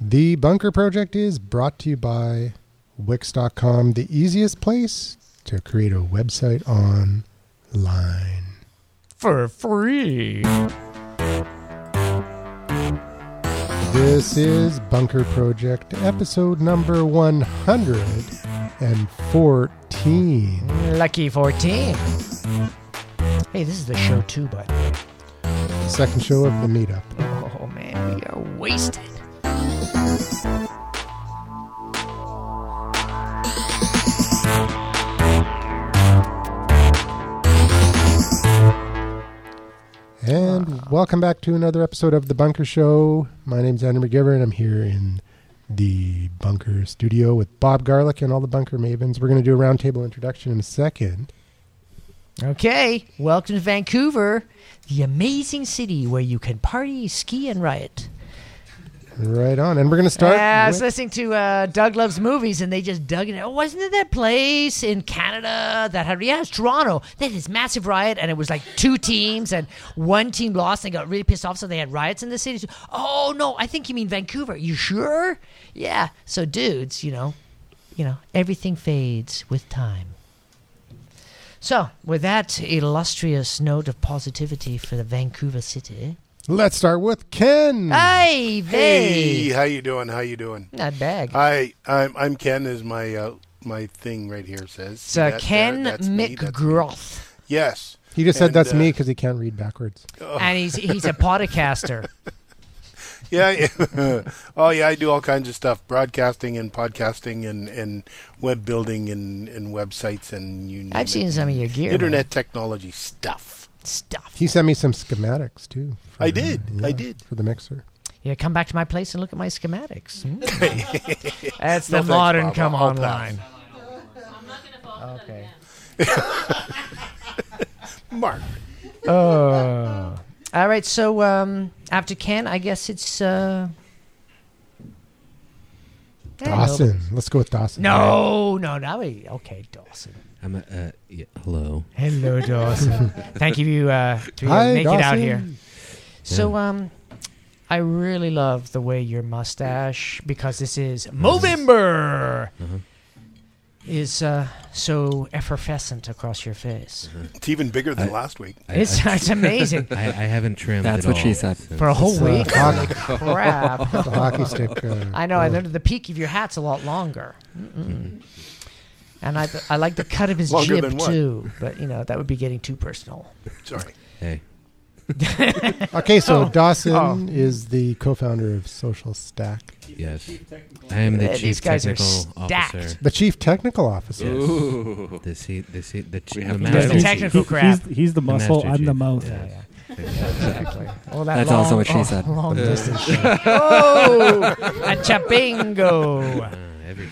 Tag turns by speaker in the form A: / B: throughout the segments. A: The Bunker Project is brought to you by Wix.com, the easiest place to create a website online.
B: for free.
A: This is Bunker Project, episode number 114.
B: Lucky 14. Hey, this is the show too, bud.
A: Second show of the meetup.
B: Oh, man, we are wasted.
A: And welcome back to another episode of The Bunker Show. My name's Andrew McGivern. I'm here in the Bunker studio with Bob Garlick and all the Bunker mavens. We're going to do a roundtable introduction in a second.
B: Okay, welcome to Vancouver, the amazing city where you can party, ski, and riot.
A: Right on. And we're going to start.
B: Yeah, I was
A: with-
B: listening to uh, Doug Loves Movies, and they just dug in. Oh, wasn't it that place in Canada that had? Yeah, it was Toronto. They had this massive riot, and it was like two teams, and one team lost, and got really pissed off, so they had riots in the city. Oh no, I think you mean Vancouver. You sure? Yeah. So, dudes, you know, you know, everything fades with time. So, with that illustrious note of positivity for the Vancouver city,
A: let's start with Ken.
B: hey,
C: Hmm. Hey,
B: Vay,
C: how you doing? How you doing?
B: not bad.
C: Hi, I'm I'm Ken. Is my uh, my thing right here says
B: It's
C: See
B: uh,
C: that
B: Ken
C: there? That's me, that's me.
B: McGroth,
C: Yes,
A: He just said
C: And,
A: that's
C: uh,
A: me because he can't read backwards.
B: and he's he's a podcaster.
C: Yeah. oh yeah, I do all kinds of stuff: broadcasting and podcasting and, and web building and, and websites and you. name
B: I've
C: it.
B: seen some of your gear, man.
C: internet technology stuff.
B: stuff.
A: He sent me some schematics too. for
C: I
A: the-
C: did. I did.
A: for the mixer.
B: Yeah, come back to my place and look at my schematics. Hmm? That's the
C: No thanks,
B: modern
C: Bob.
B: come
C: I'll- I'll
B: online. Okay.
C: Mark,
B: Oh. All right. So um, after Ken, I guess it's uh, I don't know.
A: Dawson. Let's go with Dawson.
B: No, no, no. we- Okay, Dawson.
D: I'm a, uh, yeah, hello.
B: Hello, Dawson. Thank you uh, to
A: Hi,
B: make it out
A: Dawson.
B: here. So, um, I really love the way your mustache, because this is Movember,
A: Mm-hmm.
B: is uh, so effervescent across your face.
A: Mm-hmm.
C: it's even bigger than
D: I-
C: last week.
D: I,
B: It's,
D: I,
B: it's amazing.
D: I, I haven't trimmed.
E: That's
D: at
E: what she
D: all
E: said.
D: since-
B: For a whole
A: It's, uh,
B: week.
A: hockey-
B: Holy crap.
A: The hockey stick. Uh, Mm-hmm.
B: I know. I
A: oh.
B: learned the peak of your hat's a lot longer. Mm-mm. And I, I like the cut of his
C: Longer
B: jib,
C: than what?
B: too. But, you know, that would be getting too personal.
C: Sorry.
D: Hey,
A: Okay, so Dawson
B: Oh.
A: is the co-founder of Social Stack,
D: yes, I am the
B: Uh,
D: chief
B: these guys are
D: technical
B: stacked.
D: officer.
A: the chief technical officer.
D: Yes.
E: Ooh.
D: The se- the se- the, chi-
E: We
D: the
E: have to
B: There's
D: master
B: the
E: Master
B: technical
F: He's-
B: crap.
F: He's, he's the muscle.
D: master
F: I'm the
D: chief.
F: mouth.
D: Yeah.
B: yeah.
D: chief.
B: Exactly. All that
E: That's
B: long,
E: also what she
B: oh,
E: said.
B: Long distance. oh, a chapingo.
D: Uh, every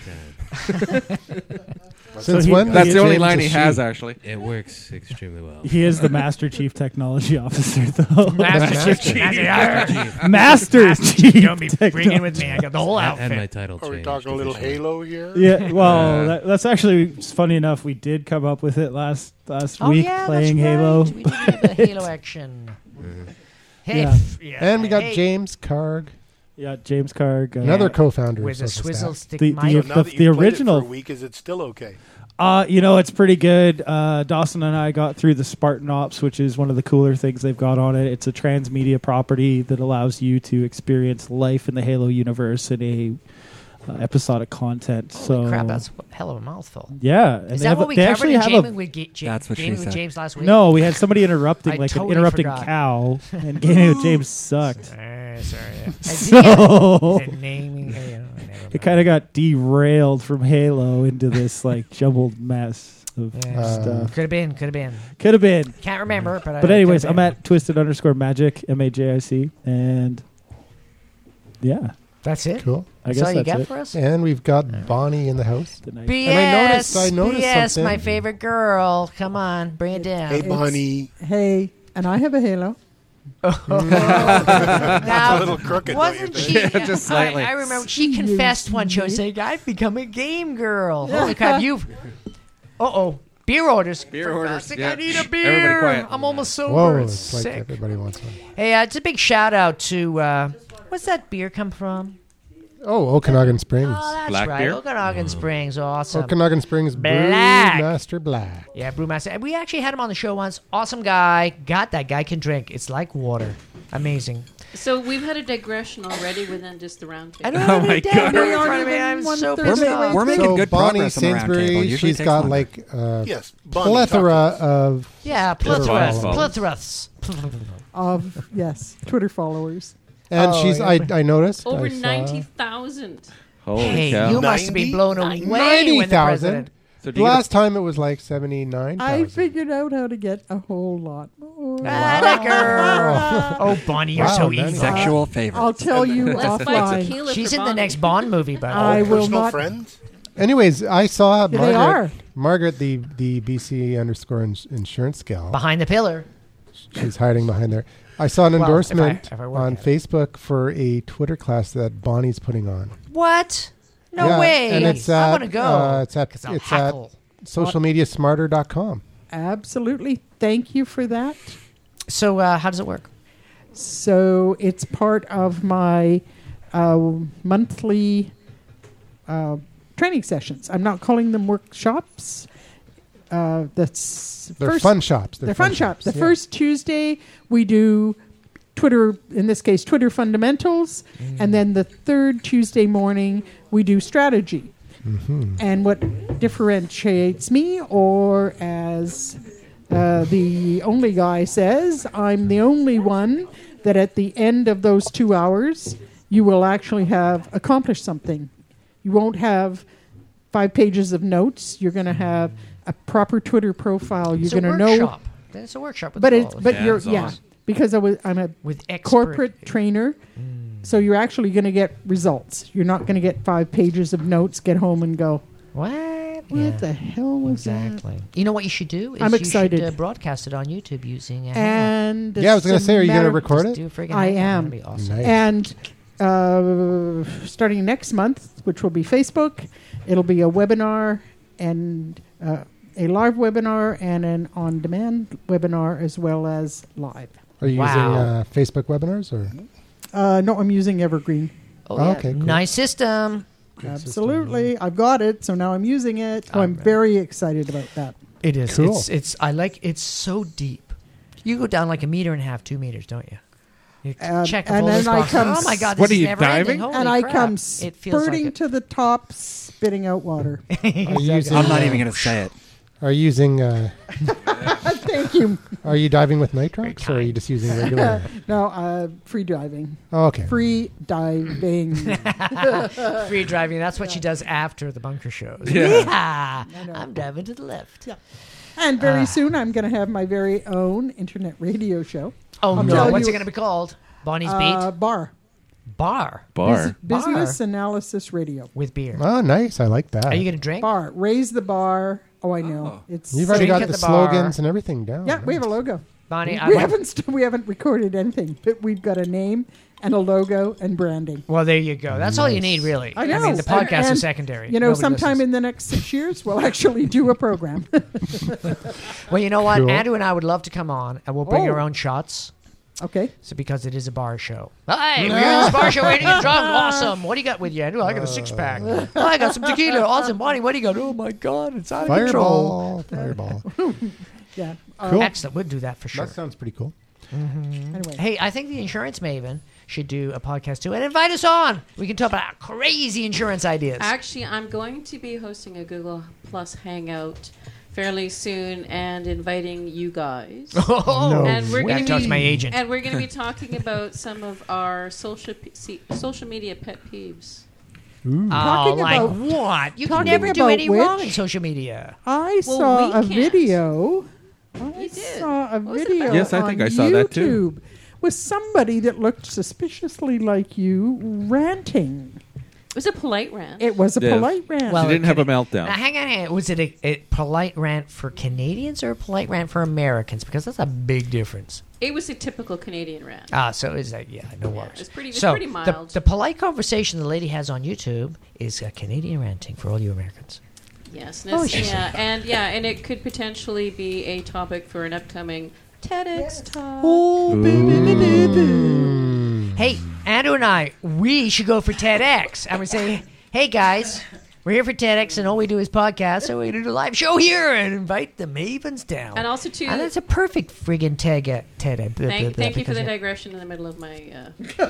D: time
A: Since
F: So he-
A: when?
E: That's
A: did
E: the only
A: James
E: line
A: a
E: he has,
A: sheep?
E: actually.
D: it works extremely well.
F: He is the master chief technology officer, though.
B: Master Chief. Master Chief.
F: master chief.
B: Don't be bringing with me. I got the whole
D: And, and my
B: outfit.
D: title
C: Are we
D: changed
C: talking a little
D: officially.
C: Halo here?
F: Yeah. Well,
E: Uh.
F: that, that's actually it's funny enough. We did come up with it last last
B: Oh,
F: week
B: yeah,
F: playing
B: that's
F: Halo.
B: Right. We did have the Halo action.
D: Mm-hmm.
B: Hey,
F: Yeah.
B: f- yeah,
A: And we got
B: hey,
A: James Karg,
F: Yeah, James Carg. Uh,
A: another co-founder
B: with a
A: of Social
B: swizzle
A: Stack.
B: stick
F: The- the-
B: mic.
C: Now
F: The-
C: that
F: the
C: you played it for
F: original-
C: a week, is it still okay?
F: Uh, you know, it's pretty good. Uh, Dawson and I got through the Spartan Ops, which is one of the cooler things they've got on it. It's a transmedia property that allows you to experience life in the Halo universe in a uh, episodic content. so
B: Holy crap, that's a hell of a mouthful.
F: Oh. yeah.
A: uh,
F: And
B: Is
F: they
B: that
F: have a-
B: what we
F: they
B: covered
F: actually
B: in
F: have
B: Jamie
F: a
B: with, Ga- Ja-
E: That's what she
B: Jamie with
E: said.
B: James last week?
F: no. We had somebody interrupting,
B: I
F: like
B: totally
F: an interrupting
B: forgot.
F: cow, and Gaming with James sucked.
B: Eh, sorry.
F: So-
B: Is it naming? eh, you know, never
F: It
B: mind.
F: kind of got derailed from Halo into this like jumbled mess of
B: Yeah.
A: Uh,
F: stuff.
B: Could have been, could have been.
F: Could have uh, been.
B: Can't remember, but I-
F: But
B: it
F: anyways,
B: could've
F: I'm
B: been.
F: at twisted underscore magic m a j i c and yeah,
B: That's it.
A: Cool.
F: I
B: That's
F: guess
B: all you
F: that's
B: got
F: it.
B: for us.
A: And we've got Bonnie in the house.
F: The night-
B: BS,
A: I noticed- I noticed
B: BS,
A: something.
B: my favorite girl. Come on, bring it down.
C: Hey, Bonnie.
G: Hey, and I have a halo.
B: now,
C: A little crooked. don't you
B: wasn't
C: think?
B: she? uh,
E: Just
B: I-
E: slightly.
B: I, remember she confessed one show saying, "I've become a game girl." Holy crap, you've. Uh oh, beer orders.
E: Beer
B: For
E: orders,
B: God's sake,
E: yeah.
B: I need
E: Shh,
B: a
E: everybody
B: beer.
E: quiet.
B: I'm almost sober.
A: Whoa,
B: it's
A: it's like
B: sick.
A: everybody wants one.
B: Hey, uh, it's a big shout out to. Uh, what's that beer come from?
A: Oh, Okanagan Springs.
B: Oh, that's
E: Black
B: right.
E: beer?
A: Oh.
B: Okanagan Springs, awesome.
A: Okanagan Springs
B: Black.
A: Brewmaster Black.
B: yeah, brewmaster. We actually had him on the show once. Awesome guy. God, that guy can drink. It's like water. Amazing.
H: So we've had a digression already within just the round table.
B: I don't have
E: Oh my
B: any damn
E: God.
B: beer in
G: We
B: front
G: aren't
B: of me.
G: even
B: I'm
G: one
B: so
G: third of
B: pissed
G: the way
B: off.
E: We're making
G: So
E: good
A: Bonnie
E: progress on the round table.
A: Sainsbury,
E: Usually
A: she's
E: takes
A: got
E: longer.
A: like a
C: Yes. Bonnie,
A: plethora
C: talk to us.
A: of.
B: Yeah,
A: Twitter
B: plethora,
A: followers.
B: plethora.
G: of yes, Twitter followers.
A: And
B: Oh,
A: she's,
B: yeah.
A: I, I noticed.
H: Over
A: I saw-
H: ninety thousand.
E: Holy
B: Hey,
E: cow.
B: you must be
C: 90?
B: blown away when the
A: 90,000.
B: president.
E: so do
A: The
E: you get a-
A: last time it was like 79.
G: I figured out how to get a whole lot more.
B: Ah, that girl. Oh, Bonnie, you're
A: Wow,
B: so
A: Bonnie.
B: evil.
E: sexual favor?
G: I'll tell you
H: Let's buy
G: offline.
H: tequila.
B: She's
H: for
B: in the
H: Bonnie.
B: next Bond movie, by the way.
G: I will
C: Personal
G: not.
C: friends?
A: Anyways, I saw
G: Here
A: Margaret,
G: they are.
A: Margaret, the, the BC underscore ins- insurance gal.
B: Behind the pillar.
A: She's hiding behind there. I saw an
B: Well, if I-
A: endorsement
B: if I work
A: on
B: at it.
A: Facebook for a Twitter class that Bonnie's putting on.
B: What? No
A: Yeah,
B: way.
A: And it's
B: I
A: at,
B: want to go.
A: Uh, it's at,
B: 'Cause I'll
A: it's at
B: hackle.
A: socialmediasmarter.com.
G: Absolutely. Thank you for that.
B: so, uh, how does it work?
G: So it's part of my uh, monthly uh, training sessions. I'm not calling them workshops. Uh, that's
A: They're
G: first,
A: fun shops.
G: They're fun shops. The first Tuesday we do Twitter, in this case, Twitter fundamentals, and then the third Tuesday morning we do strategy. And what differentiates me, or as uh, the only guy says, I'm the only one that at the end of those two hours you will actually have accomplished something. You won't have five pages of notes. You're going to have a proper Twitter profile. You're
B: It's a
G: going to know
B: workshop. It's a workshop. With
G: but
B: all
G: it's
B: of
G: but
B: them.
G: you're
E: Hands-on.
G: yeah because I was I'm a
B: With expert-
G: corporate trainer,
A: Mm.
G: so you're actually going to get results. You're not going to get five pages of notes, get home and go,
B: What?
G: what
B: Yeah,
G: the hell was
B: Exactly. You know what you should do? Is
G: I'm
B: You should,
G: excited.
B: uh, broadcast it on YouTube using a
G: that? And
A: Yeah, I was going
G: it's
A: to
G: a
A: say, are you going to
G: matter-
A: record
B: Just
A: it?
B: do a friggin'
G: I
B: hangout.
G: am.
B: That'd be awesome.
A: Nice.
G: And uh, starting next month, which will be Facebook, it'll be a webinar and uh, a live webinar and an on-demand webinar as well as live.
A: Are you
B: Wow.
A: using uh, Facebook webinars or?
G: Uh, no, I'm using Evergreen.
A: Oh,
B: Oh, yeah.
A: okay, cool.
B: Nice system.
G: Absolutely. I've got it, so now I'm using it. Oh, I'm
B: Alright.
G: very excited about that.
B: It is.
A: Cool.
B: It's, it's. I like. It's so deep. You go down like a meter and a half, two meters, don't you? You
G: Um,
B: check the
G: and
B: folders
G: then I
B: box.
G: come
B: Oh my god! This
E: What are
B: is
E: you,
B: never ending.
E: diving?
B: Holy
G: and I
B: crap.
G: come
B: It feels like
G: spurting
B: it.
G: to the top, spitting out water.
A: Are you using? uh,
E: I'm not even going to say it.
A: Are you using? Uh,
G: Thank you.
A: are you diving with nitrox or are you just using regular?
G: No, uh, free diving.
A: oh, okay.
G: Free diving.
B: free driving. That's what she does after the bunker shows.
E: Yeah.
B: Yeah, I'm diving to the left.
G: and
A: Uh,
G: very soon I'm going to have my very own internet radio show.
B: Oh
G: I'll
B: no!
G: tell
B: What's
G: you-
B: it going to be called? Bonnie's
G: Uh,
B: Beat
G: bar.
B: Bar
E: Bar.
B: Bar.
G: Business Analysis Radio.
B: with beer.
A: Oh, nice. I like that.
B: Are you going to drink?
G: Bar. Raise the bar. Oh, I know. It's
A: You've already got
B: Drink at
A: the,
B: the bar.
A: slogans and everything down.
G: Yeah, we have a logo.
B: Bonnie, I
G: We
B: want-
G: haven't st- we haven't recorded anything, but we've got a name and a logo and branding.
B: Well, there you go. That's all you need, really.
G: I know.
B: mean, the
G: And-
B: podcasts are
G: and,
B: secondary.
G: You know,
B: Nobody
G: sometime
B: listens.
G: in the next six years, we'll actually do a program.
B: Well, you know what?
A: Cool.
B: Andrew and I would love to come on, and we'll bring
G: Oh.
B: our own shots.
G: okay.
B: So because it is a bar show. Hey, we're at this bar show. Waiting to get drunk. Awesome. What do you got with you, Andrew? I got a six pack. Oh, I got some tequila. Awesome, Bonnie. What do you got? Oh my God, it's out of control.
A: fireball. Fireball.
G: Yeah.
A: Cool.
B: Excellent. We'll do that for sure. Mm-hmm.
A: That sounds pretty cool.
G: Anyway.
B: Hey, I think the insurance maven should do a podcast too and invite us on. We can talk about crazy insurance ideas.
H: Actually, I'm going to be hosting a Google Plus Hangout fairly soon and inviting you guys.
B: Oh,
H: and we're
B: gotta
H: going
B: talk to my agent.
H: And we're going to be talking about some of our social p- se- social media pet peeves.
B: oh,
G: Talking
B: like
G: about-
B: what? You can
G: talking
B: never do
G: about
B: any wrong
G: which-
B: in social media.
G: I
H: Well,
G: saw
H: we
G: a
H: can't.
G: video. I
H: You did.
G: saw a
H: What was it
G: video.
H: about?
E: Yes, I
G: on
E: think I saw that too.
G: YouTube With somebody that looked suspiciously like you ranting.
H: It was a polite rant.
G: It was a
E: Yeah.
G: polite rant.
E: She
B: Well,
E: didn't have a meltdown.
B: Now, hang on, hang on. Was it a, a polite rant for Canadians or a polite rant for Americans? Because that's a big difference.
H: it was a typical Canadian rant.
B: Ah, so is that yeah? No worries.
H: it's pretty- it's
B: so
H: pretty
B: the-
H: mild.
B: The, polite conversation the lady has on YouTube is a Canadian ranting for all you Americans.
H: Yes,
B: Oh,
H: and it's-
B: she's-
H: yeah, and yeah, and it could potentially be a topic for an upcoming TEDx talk.
G: Oh, baby, baby, baby.
B: Hey, Andrew and I, we should go for TEDx. I would say, hey guys, we're here for TEDx, and all we do is podcasts, so we're gonna do a live show here and invite the Mavens down.
H: And also to-
E: Ah,
B: and Ah, that's a perfect friggin' TED. TED.
H: Thank, thank you for the digression in the middle of my. Uh,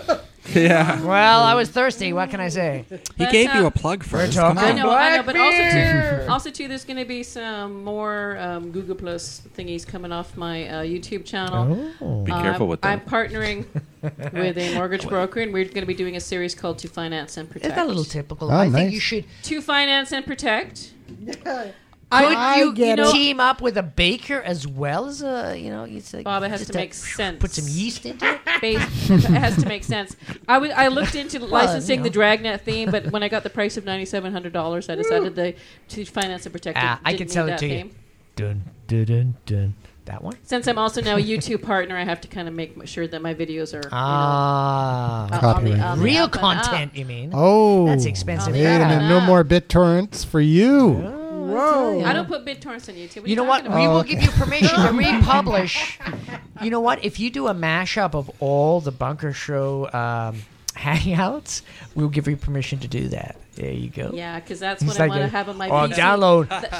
E: yeah.
B: Well, I was thirsty. What can I say?
E: He
H: But,
E: gave you
H: uh,
E: a plug
B: We're
E: first.
B: talking.
E: Come
H: I
E: on.
H: know, I know, but
B: Black
H: also
B: beer.
H: too, also too, there's going to be some more um, Google Plus thingies coming off my uh, YouTube channel.
B: Oh.
I: Be
H: Uh,
I: careful with
H: I'm
I: that.
H: partnering with a mortgage broker, and we're going to be doing a series called "To Finance and Protect."
B: Isn't that a little typical?
E: Oh,
A: Ah,
B: I think
A: nice.
B: you should.
H: To Finance and Protect.
B: Could
G: I
B: you,
G: get
B: you
G: it.
B: team up with a baker as well as a, you know, it's like
H: Bob, it has
B: just
H: to make sense.
B: Put some yeast into it.
H: Based, it has to make sense. I w- I looked into licensing
B: you know.
H: the Dragnet theme, but when I got the price of ninety seven hundred dollars, I decided the to finance and protect.
B: Ah,
H: didn't
B: I can
H: need
B: sell it
H: that
B: to you.
H: theme.
B: Dun dun dun dun. That one.
H: Since I'm also now a YouTube partner, I have to kind of make m- sure that my videos are. you know,
B: Ah.
H: uh, on the-
A: Copyright.
H: on the
B: Real
H: up and up.
B: content, you mean?
A: Oh,
B: That's expensive. Oh.
A: Hey,
H: Yeah.
A: and no more BitTorrents for you.
B: Whoa.
H: I don't put BitTorrents on YouTube.
B: You know what?
H: talking about?
B: We will give you permission to republish. You know what? If you do a mashup of all the Bunker Show um, hangouts, we'll give you permission to do that. There you go.
H: Yeah, because that's
B: It's
H: what I
B: like
H: want to
B: a-
H: have on my
B: Or
H: PC.
B: download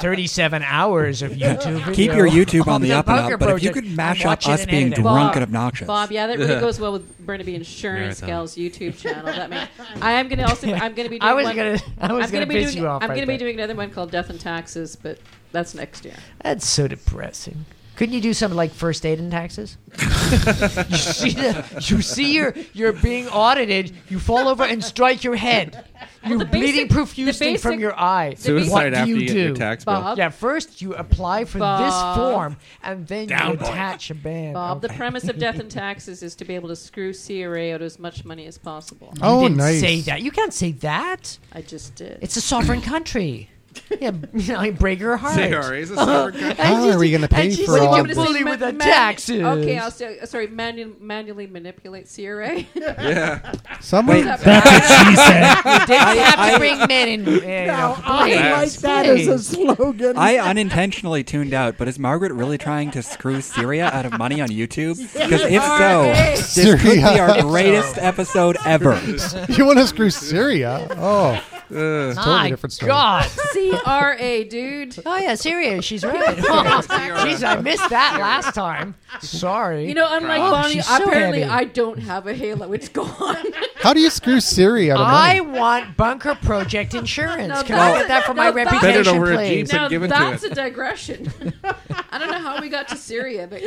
B: 37 hours of YouTube.
E: Keep
B: video
E: your YouTube on
B: of
E: the up and
B: Bunker
E: up, but if you
B: Project
E: could
B: and
E: mash
B: watch
E: up
B: it
E: us
B: and
E: being
B: edit it.
E: drunk and obnoxious.
H: Bob, yeah, that really goes well with Burnaby Insurance
D: Marathon.
H: Gal's YouTube channel. That man, I am gonna also, I'm gonna be. Doing
B: I was
H: one-
B: gonna, I was
H: I'm
B: gonna,
H: gonna be
B: piss
H: doing.
B: you off.
H: I'm
B: right
H: gonna be
B: there.
H: doing another one called Death and Taxes, but that's next year.
B: That's so depressing. Couldn't you do something like first aid and taxes? you see the, you see your you're being audited. You fall over and strike your head. You're
H: the basic-
B: bleeding
H: the
B: profusely
H: basic-
B: from your eye. what
I: Suicide
B: do
I: after
B: you do?
I: you, get your tax bill.
H: Bob.
B: Yeah, first you apply for
H: Bob.
B: this form, and then you attach a band.
H: Bob, the premise of Death and Taxes is to be able to screw CRA out of as much money as possible.
B: you
A: Oh,
B: didn't
A: nice.
B: say that. You can't say that.
H: I just did.
B: It's a sovereign country. Yeah, you know, you break her heart.
I: CRA is a sovereign country.
A: How
B: And
A: are we gonna
B: and
A: pay
B: she's
A: for
B: like
A: all
B: a
A: of this?
B: bully
H: Ma-
B: with the
H: manu-
B: taxes?
H: Okay, I'll say, uh, sorry, manu- manually manipulate CRA.
I: Yeah.
A: Someone,
B: I have to bring men in. Yeah,
G: Now,
B: you know,
G: I like
B: please,
G: that as a
B: please.
G: slogan.
E: I unintentionally tuned out, but is Margaret really trying to screw Syria out of money on YouTube? Because if so, this could be our
A: Syria.
E: greatest episode ever.
A: you want to screw Syria? Oh,
I: Uh,
A: totally
B: My
A: different story.
B: God.
H: CRA, dude.
B: Oh yeah, serious. She's right. Jeez, I missed that last time. Sorry.
H: You know, unlike
B: Oh,
H: Bonnie,
B: she's so
H: apparently
B: heavy.
H: I don't have a halo. It's gone.
A: How do you screw Syria? Out of
B: I
A: money?
B: want Bunker Project Insurance.
H: No,
B: Can I
H: that-
B: get that for
H: no,
B: my
H: that-
I: Send it
B: reputation,
I: over to
B: please?
I: Jeep.
H: now
I: give it to
H: that's
I: it.
H: a digression. I don't know how we got to Syria, but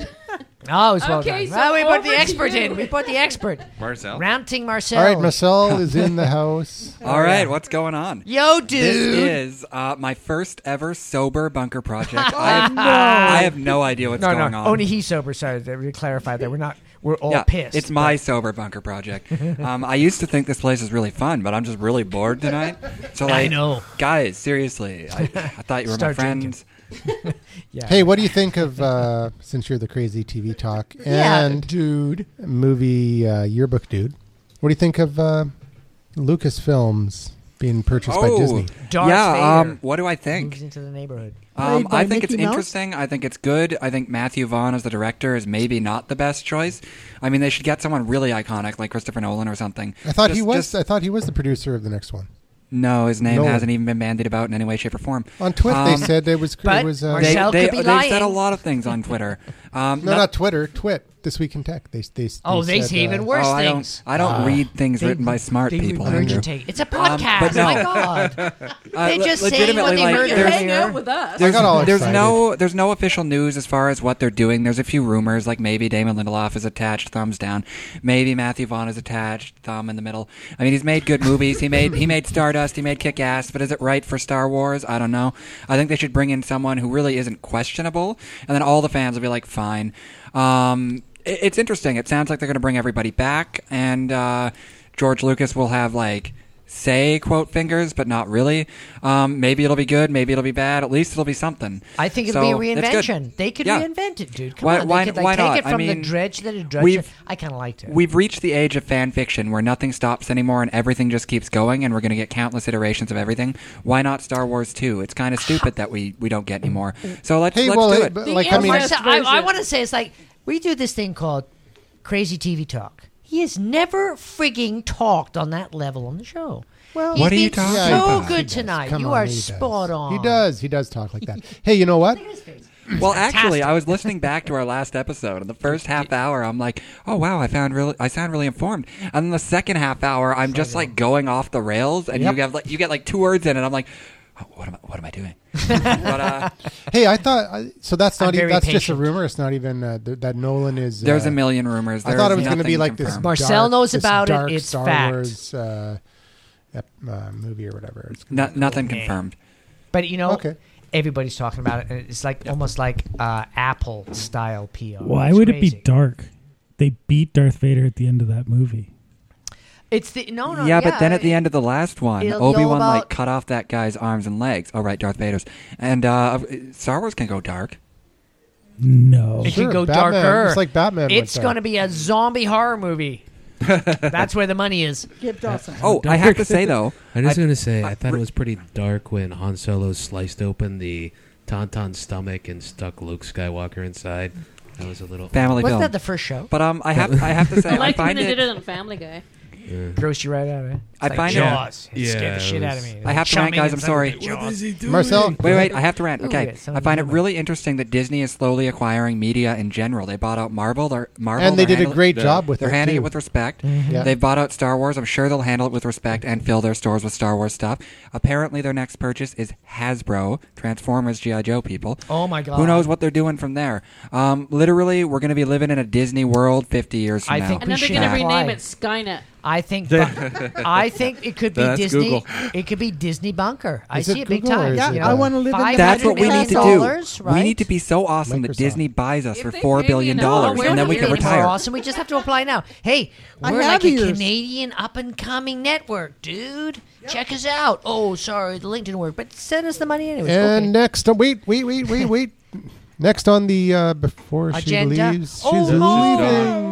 B: Oh, it's well
H: Okay,
B: done.
H: so
B: well, we
H: over
B: put the
H: to
B: expert
H: you.
B: in. We put the expert.
I: Marcel.
B: Ranting Marcel.
A: All right, Marcel is in the house.
E: All right, what's going on?
B: Oh, Yo, dude.
E: This is uh, my first ever sober bunker project. I, have, I have no idea what's
B: Oh, no,
E: going
B: no.
E: on.
B: Only he's sober. Sorry, that we clarify that we're not. We're all
E: yeah,
B: pissed.
E: It's my sober bunker project. um, I used to think this place is really fun, but I'm just really bored tonight. So like,
B: know.
E: guys, seriously, I, I thought you were my
B: Start drinking.
E: friends.
B: Yeah.
A: Hey, what do you think of uh, since you're the crazy TV talk
B: Yeah,
A: and dude movie uh, yearbook dude? What do you think of uh, Lucasfilms being purchased by Disney?
B: Darth
E: Oh, yeah.
B: Vader
E: Um, what do I think?
B: moves into the neighborhood.
E: Um,
G: Played by
E: I think
G: Mickey
E: it's
G: Mouse?
E: interesting. I think it's good. I think Matthew Vaughn as the director is maybe not the best choice. I mean, they should get someone really iconic like Christopher Nolan or something.
A: I thought he
E: Just-
A: was.
E: just-
A: I thought he was the producer of the next one.
E: no, his name
A: Nolan.
E: hasn't even been bandied about in any way, shape, or form.
A: On Twitter,
E: Um,
A: they said it was.
B: but
A: it was uh,
E: they,
B: Marcel
E: they,
B: could be
E: they've said
B: lying.
E: a lot of things on Twitter. Um,
A: no,
E: not-
A: not Twitter. Twit. This week in tech. They. they, they
B: Oh, they
A: said,
B: say even
A: uh,
B: worse
E: oh, I
B: things.
E: don't. I don't read things
B: They-
E: written by smart
B: they
E: people. Andrew.
B: regurgitate. It's a podcast.
E: but
B: Oh my
E: no.
B: god!
E: Um, Uh,
B: They
E: le-
B: just say what
E: legitimately,
B: they
E: like,
B: heard
E: there's-
H: hang
B: earlier.
H: out with us.
E: There's,
A: got all
E: there's
A: excited.
E: no there's no official news as far as what they're doing. There's a few rumors, like maybe Damon Lindelof is attached, thumbs down. Maybe Matthew Vaughn is attached, thumb in the middle. I mean, he's made good movies. He made he made Stardust. He made Kick Ass. But is it right for Star Wars? I don't know. I think they should bring in someone who really isn't questionable, and then all the fans will be like, fine. Um, it- it's interesting. It sounds like they're going to bring everybody back, and uh, George Lucas will have like say quote fingers, but not really. Um, maybe it'll be good. Maybe it'll be bad. At least it'll be something.
B: I think it'll
E: So,
B: be a
E: that's good.
B: reinvention. They could
E: Yeah.
B: reinvent it, dude. Come
E: Why-
B: on,
E: why-
B: they could like,
E: why
B: take
E: not?
B: it
E: I
B: from
E: mean,
B: the dredge that it dredged.
E: we've-
B: it. I kind of liked it.
E: We've reached the age of fan fiction where nothing stops anymore and everything just keeps going, and we're going to get countless iterations of everything. Why not Star Wars 2? It's kind of stupid that we, we don't get anymore. So let's,
A: Hey,
E: let's
A: well,
E: do
A: hey,
E: it.
A: but,
H: The
A: like I mean,
H: Amherst-
B: Marcel, I, I
H: version.
B: want to say it's like we do this thing called crazy TV talk. He has never frigging talked on that level on the show.
G: Well,
B: He's
A: What are you
B: been
A: talking
B: so
A: about?
B: good
A: He does.
B: tonight.
A: Come
B: you
A: on,
B: are
A: he does.
B: spot on.
A: He does. He does talk like that. Hey, you know what?
E: Well, actually, I was listening back to our last episode, and the first half hour, I'm like, "Oh wow, I found really, I sound really informed." And then the second half hour, I'm just like going off the rails, and you have like you get like two words in, and I'm like, oh, "What am I? What am I doing?" but uh,
A: Hey, I thought I, so. That's
B: I'm
A: not even.
B: very
A: That's just a
B: patient.
A: rumor. It's not even uh, th- that Nolan is. Uh,
E: there's a million rumors.
A: I
E: There
A: thought
E: is
A: it was going to be
E: nothing
A: like this.
E: confirmed.
B: Marcel
A: dark-
B: knows
A: this
B: about it.
A: dark
B: It's
A: Star
B: fact.
A: Wars uh, ep- uh, movie or whatever. It's
E: No- nothing confirmed.
B: But you know,
A: Okay.
B: everybody's talking about it. and It's like almost like uh, Apple style PR.
J: Why
B: It's
J: would it
B: crazy.
J: be dark? They beat Darth Vader at the end of that movie.
B: It's the no, no.
E: yeah, but then at the end of the last one,
B: It'll go
E: Obi Wan
B: about-
E: like cut off that guy's arms and legs. Oh right, Darth Vader's, and uh, Star Wars can go dark.
J: No.
B: it
A: Sure,
B: can go
A: Batman.
B: darker.
A: It's like Batman went
B: It's going to
A: dark.
B: be a zombie horror movie. That's where the money is.
G: give Dawson.
E: Oh, I have to say though,
D: I just
E: I-
D: want to say, I,
E: I-
D: thought it was pretty dark when Han Solo sliced open the Tauntaun's stomach and stuck Luke Skywalker inside. That was a little.
E: family
B: Wasn't
E: film.
B: that the first show?
E: but um, I have I have to say,
H: I
E: I,
H: liked when
E: find
H: they
E: it.
H: did it on Family Guy.
B: Gross you right out of it.
E: I
B: Like
E: find it-
B: Jaws. It
D: Yeah,
B: scared the
D: it
B: shit out of
D: was-
B: me.
E: I have to rant,
B: Charmaine
E: guys. I'm
B: inside
E: sorry.
B: the Jaws.
D: he doing?
A: Marcel.
E: Wait, wait, I have to rant.
B: Ooh,
E: Okay,
B: wait,
E: I
B: someone
E: find it
B: yelled at
E: really interesting that Disney is slowly acquiring media in general. They bought out Marvel, they're, Marvel,
A: And they did a
E: they're handling-
A: great job with
E: They're
A: it,
E: handling
A: too. Mm-hmm.
E: it with respect.
A: Yeah.
E: They bought out Star Wars. I'm sure they'll handle it with respect and fill their stores with Star Wars stuff. Apparently, their next purchase is Hasbro, Transformers, GI Joe people.
B: Oh my god.
E: Who knows what they're doing from there? Um, literally, we're going to be living in a Disney world 50 years from
B: I
E: now.
H: And
B: think
H: then they're
B: should
H: going to
B: have-
H: rename
B: Why?
H: it Skynet.
B: I think bu- I think it could be
I: That's
B: Disney.
I: Google.
B: It could be Disney bunker. I
A: Is
B: see
A: it
B: it big
A: Google or
B: time.
A: is
G: Yeah,
A: it, uh,
G: I want to live in that.
E: That's
B: $500
E: what we need to do.
B: million,
E: We
B: right?
E: need to be so awesome
A: Microsoft.
E: that Disney buys us
H: If
E: for
H: they
E: four
H: pay me
E: billion
H: enough,
E: dollars,
H: we're
E: and then
H: gonna
E: we
H: be
E: can
H: more
E: retire.
B: Awesome. We just have to apply now. Hey,
G: I
B: we're like
G: have
B: a
G: ears.
B: Canadian up and coming network, dude. Check us out. Oh, sorry, the link didn't work, but send us the money anyways.
A: And
B: Okay.
A: next, uh, wait, wait, wait, wait, wait. next on the uh, before
B: Agenda.
A: she leaves,
B: Oh,
A: she's
B: no.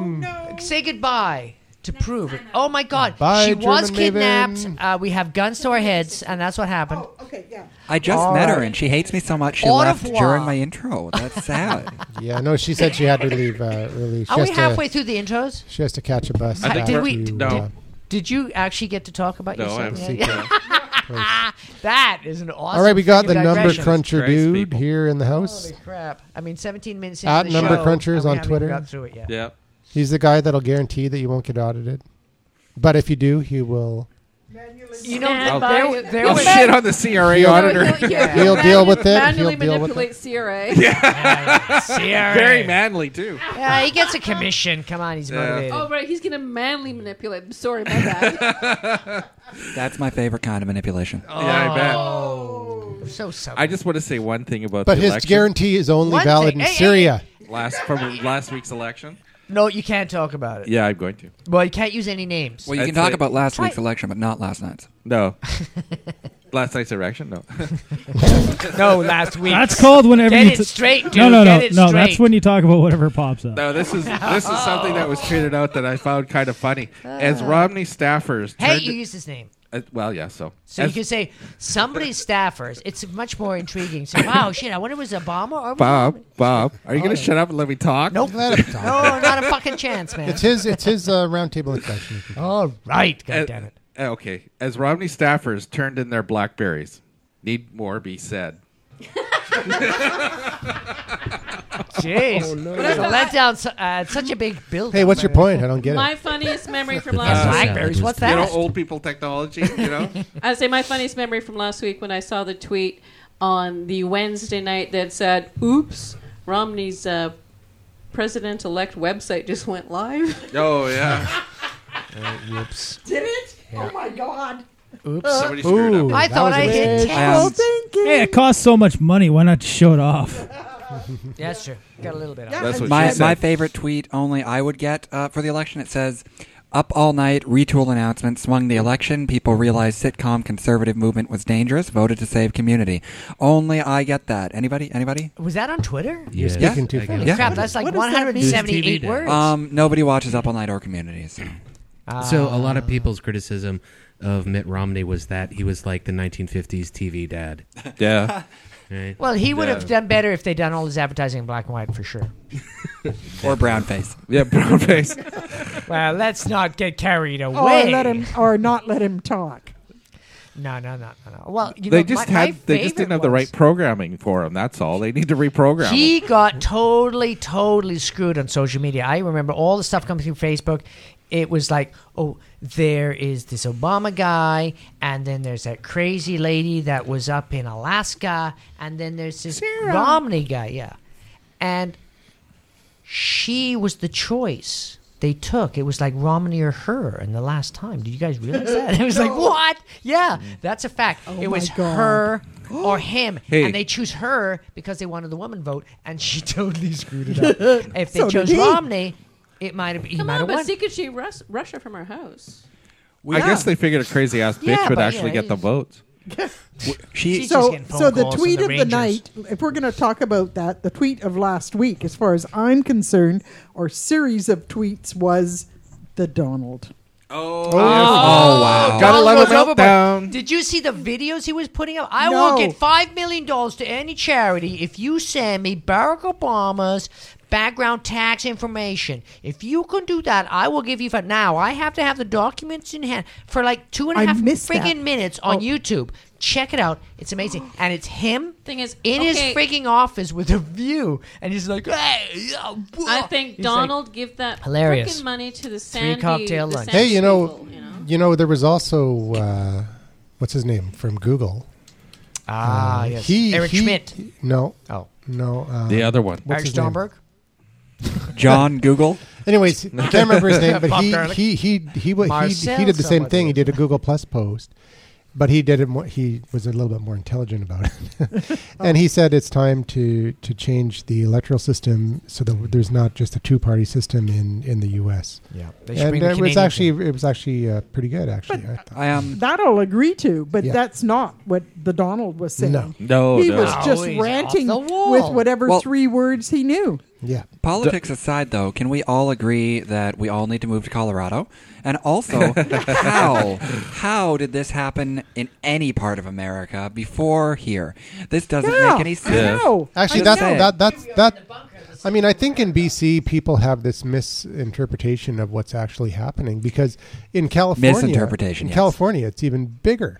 A: leaving.
B: say goodbye to prove it. Oh my God,
A: Bye,
B: she was
A: German
B: kidnapped.
A: Maven.
B: Uh, we have guns to our heads, and that's what happened.
G: Oh, Okay, yeah.
E: I just
B: All
E: met her
B: right.
E: and she hates me so much she
B: Au
E: left
B: revoir.
E: during my intro. That's sad.
A: Yeah, no, she said she had to leave uh, early. She
B: Are
A: has
B: we
A: to,
B: halfway through the intros?
A: She has to catch a bus.
B: I think
A: back
B: we're- Did we-
A: to,
B: did-
A: uh,
B: Did you actually get to talk about
I: No, I
B: yourself?
I: haven't.
B: Yeah. That is an awesome.
A: all right, we got
B: few
A: the number
B: digressions.
A: cruncher
I: Christ,
A: dude
I: people.
A: here
B: Oh,
A: in the house.
B: Holy crap! I mean, 17 minutes into
A: At
B: the
A: Number
B: show,
A: Crunchers
B: and we
A: on
B: haven't
A: Twitter.
B: even Got through it yet.
I: Yep.
A: He's the guy that'll guarantee that you won't get audited. But if you do, he will.
B: You know,
H: Stand by
B: there,
H: you.
B: there,
I: Oh,
B: was
I: shit on the CRA auditor.
H: Yeah.
A: He'll deal with it.
H: Manually
A: He'll deal with
H: manipulate CRA.
I: Very manly too.
B: Yeah, he gets a commission. Come on, he's motivated.
H: Oh right, he's gonna manly manipulate. I'm sorry, my bad.
E: That's my favorite kind of manipulation.
I: Yeah,
B: Oh.
I: I bet.
B: so subtle.
I: I just want to say one thing about
A: But
I: the
A: his
I: election
A: guarantee is only
B: One
A: valid
B: thing-
A: in
B: hey, hey,
A: Syria.
I: last from last week's election.
B: no, you can't talk about it.
I: Yeah, I'm going to.
B: Well, you can't use any names.
E: Well, you can
I: That's
E: talk
I: it.
E: about last
B: Try-
E: week's election, but not last night's.
I: No. last night's election. No.
B: No, last week.
J: That's called whenever
B: Get
J: you.
B: it
J: t-
B: straight, dude.
J: no, no, no,
B: Get it
J: no.
B: straight.
J: That's when you talk about whatever pops up.
I: No, this is this is something that was tweeted out that I found kind of funny. As Romney staffers
B: Uh. Hey,
I: turned,
B: you used his name.
I: uh, well, yeah, so
B: So
I: as
B: you can say somebody's staffers. It's much more intriguing. So, wow, shit, I wonder was it Obama or
I: Bob, Bob, are you going to shut up and let me talk?
B: Oh. Nope.
A: Let him talk.
B: No, not a fucking chance, man.
A: It's his. It's his uh, roundtable discussion.
B: All right,
I: Uh,
B: God damn it.
I: uh, okay, as Romney staffers turned in their blackberries, need more be said.
B: Jeez.
I: Oh,
B: It's a letdown. su- Uh, it's such a big build.
A: Hey, what's your point? I don't get
H: my
A: it.
H: funniest memory from
D: The
H: last
D: best
H: week.
B: Blackberries, what's
I: You
B: that?
I: know,
B: Fast.
I: old people technology. You know,
H: I say my funniest memory from last week when I saw the tweet on the Wednesday night that said, "Oops, Romney's uh, president-elect website just went live."
I: oh yeah,
B: Oops.
G: Did it? Oh my God. Uh,
B: Oops.
I: somebody screwed up.
A: Ooh,
B: I
A: that
B: thought
A: was
B: I
A: a-
B: hit
E: Um,
J: Hey, it costs so much money. Why not show it off?
B: Yeah, that's true. Got a little bit.
I: That's what she
E: my
I: said.
E: my favorite tweet only I would get uh, for the election. It says, "Up all night, retool announcement swung the election. People realized sitcom conservative movement was dangerous. Voted to save community. Only I get that. Anybody? Anybody?
B: Was that on Twitter?
D: You're
A: speaking too fast.
E: Yeah.
B: Crap, that's like
G: What does that mean?
B: 178
D: TV
B: words.
E: Um, nobody watches Up all night or communities.
D: So a
A: Ah.
D: lot of people's criticism of Mitt Romney was that he was like the 1950s TV dad.
I: Yeah,
D: Right?
B: Well, he would
I: Yeah.
B: have done better if they'd done all his advertising in black and white for sure.
E: or brown face.
I: Yeah, brown face.
B: Well, let's not get carried away.
G: Or Oh, let him, or not let him talk.
B: No, no, no, no, no. Well, you
I: they
B: know,
I: just
B: my- my
I: had. They just didn't
B: favorite
I: have the
B: was-
I: right programming for him. That's all. They need to reprogram.
B: He got totally, totally screwed on social media. I remember all the stuff coming through Facebook. It was like, oh, there is this Obama guy, and then there's that crazy lady that was up in Alaska, and then there's this Romney guy, yeah. And she was the choice they took. It was like Romney or her in the last time. Did you guys realize that? It was like, what? Yeah, that's a fact. it was her or him.
I: Hey.
B: And they choose her because they wanted the woman vote, and she totally screwed it up. if they
G: So did
B: chose
G: he.
B: Romney, it might have he
H: Come
B: might
H: on,
B: have
H: but
B: won.
H: see, could she rus- Russia from her house?
I: I guess they figured a crazy ass bitch
B: Yeah,
I: would
B: but,
I: actually
B: yeah,
I: get the
B: he's-
I: votes.
E: She
B: She's just
G: so,
B: getting phone
G: so the
B: calls from
G: tweet
B: the
G: of the
B: Rangers.
G: night, if we're going to talk about that, the tweet of last week, as far as I'm concerned, or series of tweets, was the Donald.
I: Oh, wow! Gotta
B: Donald
I: love a
B: was overboard.
I: meltdown.
B: Did you see the videos he was putting up? I
G: No.
B: will get five million dollars to any charity if you send me Barack Obama's background tax information. If you can do that, I will give you five. Now I have to have the documents in hand for like two and
G: I
B: a half
G: missed that.
B: friggin' minutes on YouTube. Check it out; it's amazing, and it's him
H: Thing is,
B: in his
H: okay.
B: freaking office with a view, and he's like, "Hey, yeah, whoa."
H: I think
B: He's like-
H: Donald give that
B: Hilarious.
H: frickin' money to the Sandy.
B: cocktail
H: the
B: lunch.
H: Sandy
A: Hey, you know-
H: people, you know?
A: You know, there was also uh, what's his name from Google.
B: ah, yes, Eric
A: he-
B: Schmidt.
A: No,
B: Oh,
A: no. Um,
I: The other one.
A: what's
B: Eric
A: his name?
B: Sternberg.
E: John Google.
A: Anyways, I can't remember his name, but
B: Bob
A: he
B: Garlic.
A: he he he wa- he, he,
B: Marcel
A: did the same
B: somebody.
A: thing. He did a Google Plus post, but he did it. More, he was a little bit more intelligent about it, and
B: Oh.
A: he said it's time to to change the electoral system so that there's not just a two party system in in the U.S.
B: Yeah, they should
A: And
B: bring the
A: it was
B: Canadian
A: actually
B: thing.
A: it was actually uh, pretty good. Actually, I thought.
E: I um.
G: That I'll agree to, but
A: Yeah.
G: that's not what the Donald was saying.
A: No.
I: No,
G: he
I: no.
G: was
B: No,
G: just
B: he's
G: ranting
B: off the wall.
G: with whatever
E: Well-
G: three words he knew.
A: yeah.
E: Politics aside, though, can we all agree that we all need to move to Colorado? And also, how how did this happen in any part of America before here? This doesn't
G: Yeah,
E: make any
G: I
E: sense.
G: know.
A: Actually,
E: I
A: that,
E: know.
A: that that's that. I mean, I think in BC people have this misinterpretation of what's actually happening because in California,
E: Misinterpretation,
A: in
E: yes.
A: California, it's even bigger.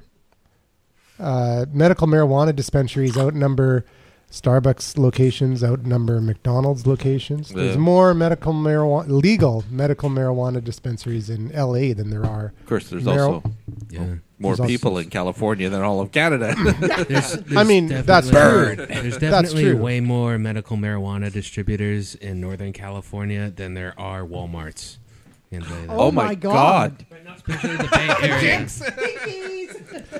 A: Uh, medical marijuana dispensaries outnumber Starbucks locations, outnumber McDonald's locations. There's
I: Yeah.
A: more medical marijuana, legal medical marijuana dispensaries in LA than there are.
I: Of course, there's
A: Meryl-
I: also
D: Yeah.
I: more
A: There's also-
I: people in California than all of Canada.
D: There's, there's
A: I mean, that's
D: definitely-
A: true.
D: There's definitely
A: That's true.
D: way more medical marijuana distributors in Northern California than there are WalMarts. In the,
I: Oh my God.
D: especially the Bay Area.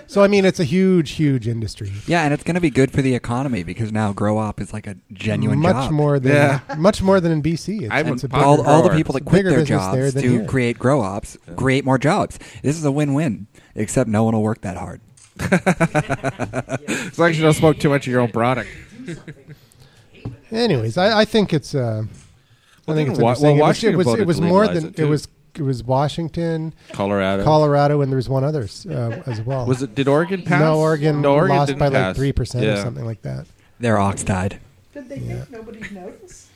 A: So I mean, it's a huge, huge industry.
E: Yeah, and it's going to be good for the economy because now grow up is like a genuine
A: much
E: job.
A: more than
I: Yeah.
A: much more than in BC. It's,
I: I'm
A: it's a
I: a
A: big-
E: all, all the
I: grower.
E: people that
A: It's a
E: quit
A: bigger
E: their
A: business there
E: jobs to
A: than here.
E: create grow ops create more jobs. This is a win win, except no one will work that hard.
I: as long as you don't smoke too much of your own product.
A: Anyways, I, I think it's. Uh, I
I: Well,
A: think
I: then
A: it's
I: Wa-
A: interesting.
I: well,
A: It was-
I: Washington
A: it was, it was,
I: voted to
A: more
I: legalize
A: than
I: it,
A: it,
I: too.
A: was. It was Washington,
I: Colorado.
A: Colorado, and there was one other uh, as well.
I: was it? Did Oregon pass?
A: no Oregon,
I: No, Oregon
A: lost
I: didn't
A: by like
I: pass.
A: three percent or
I: Yeah.
A: something like that.
E: Their ox died.
G: Did they think nobody noticed?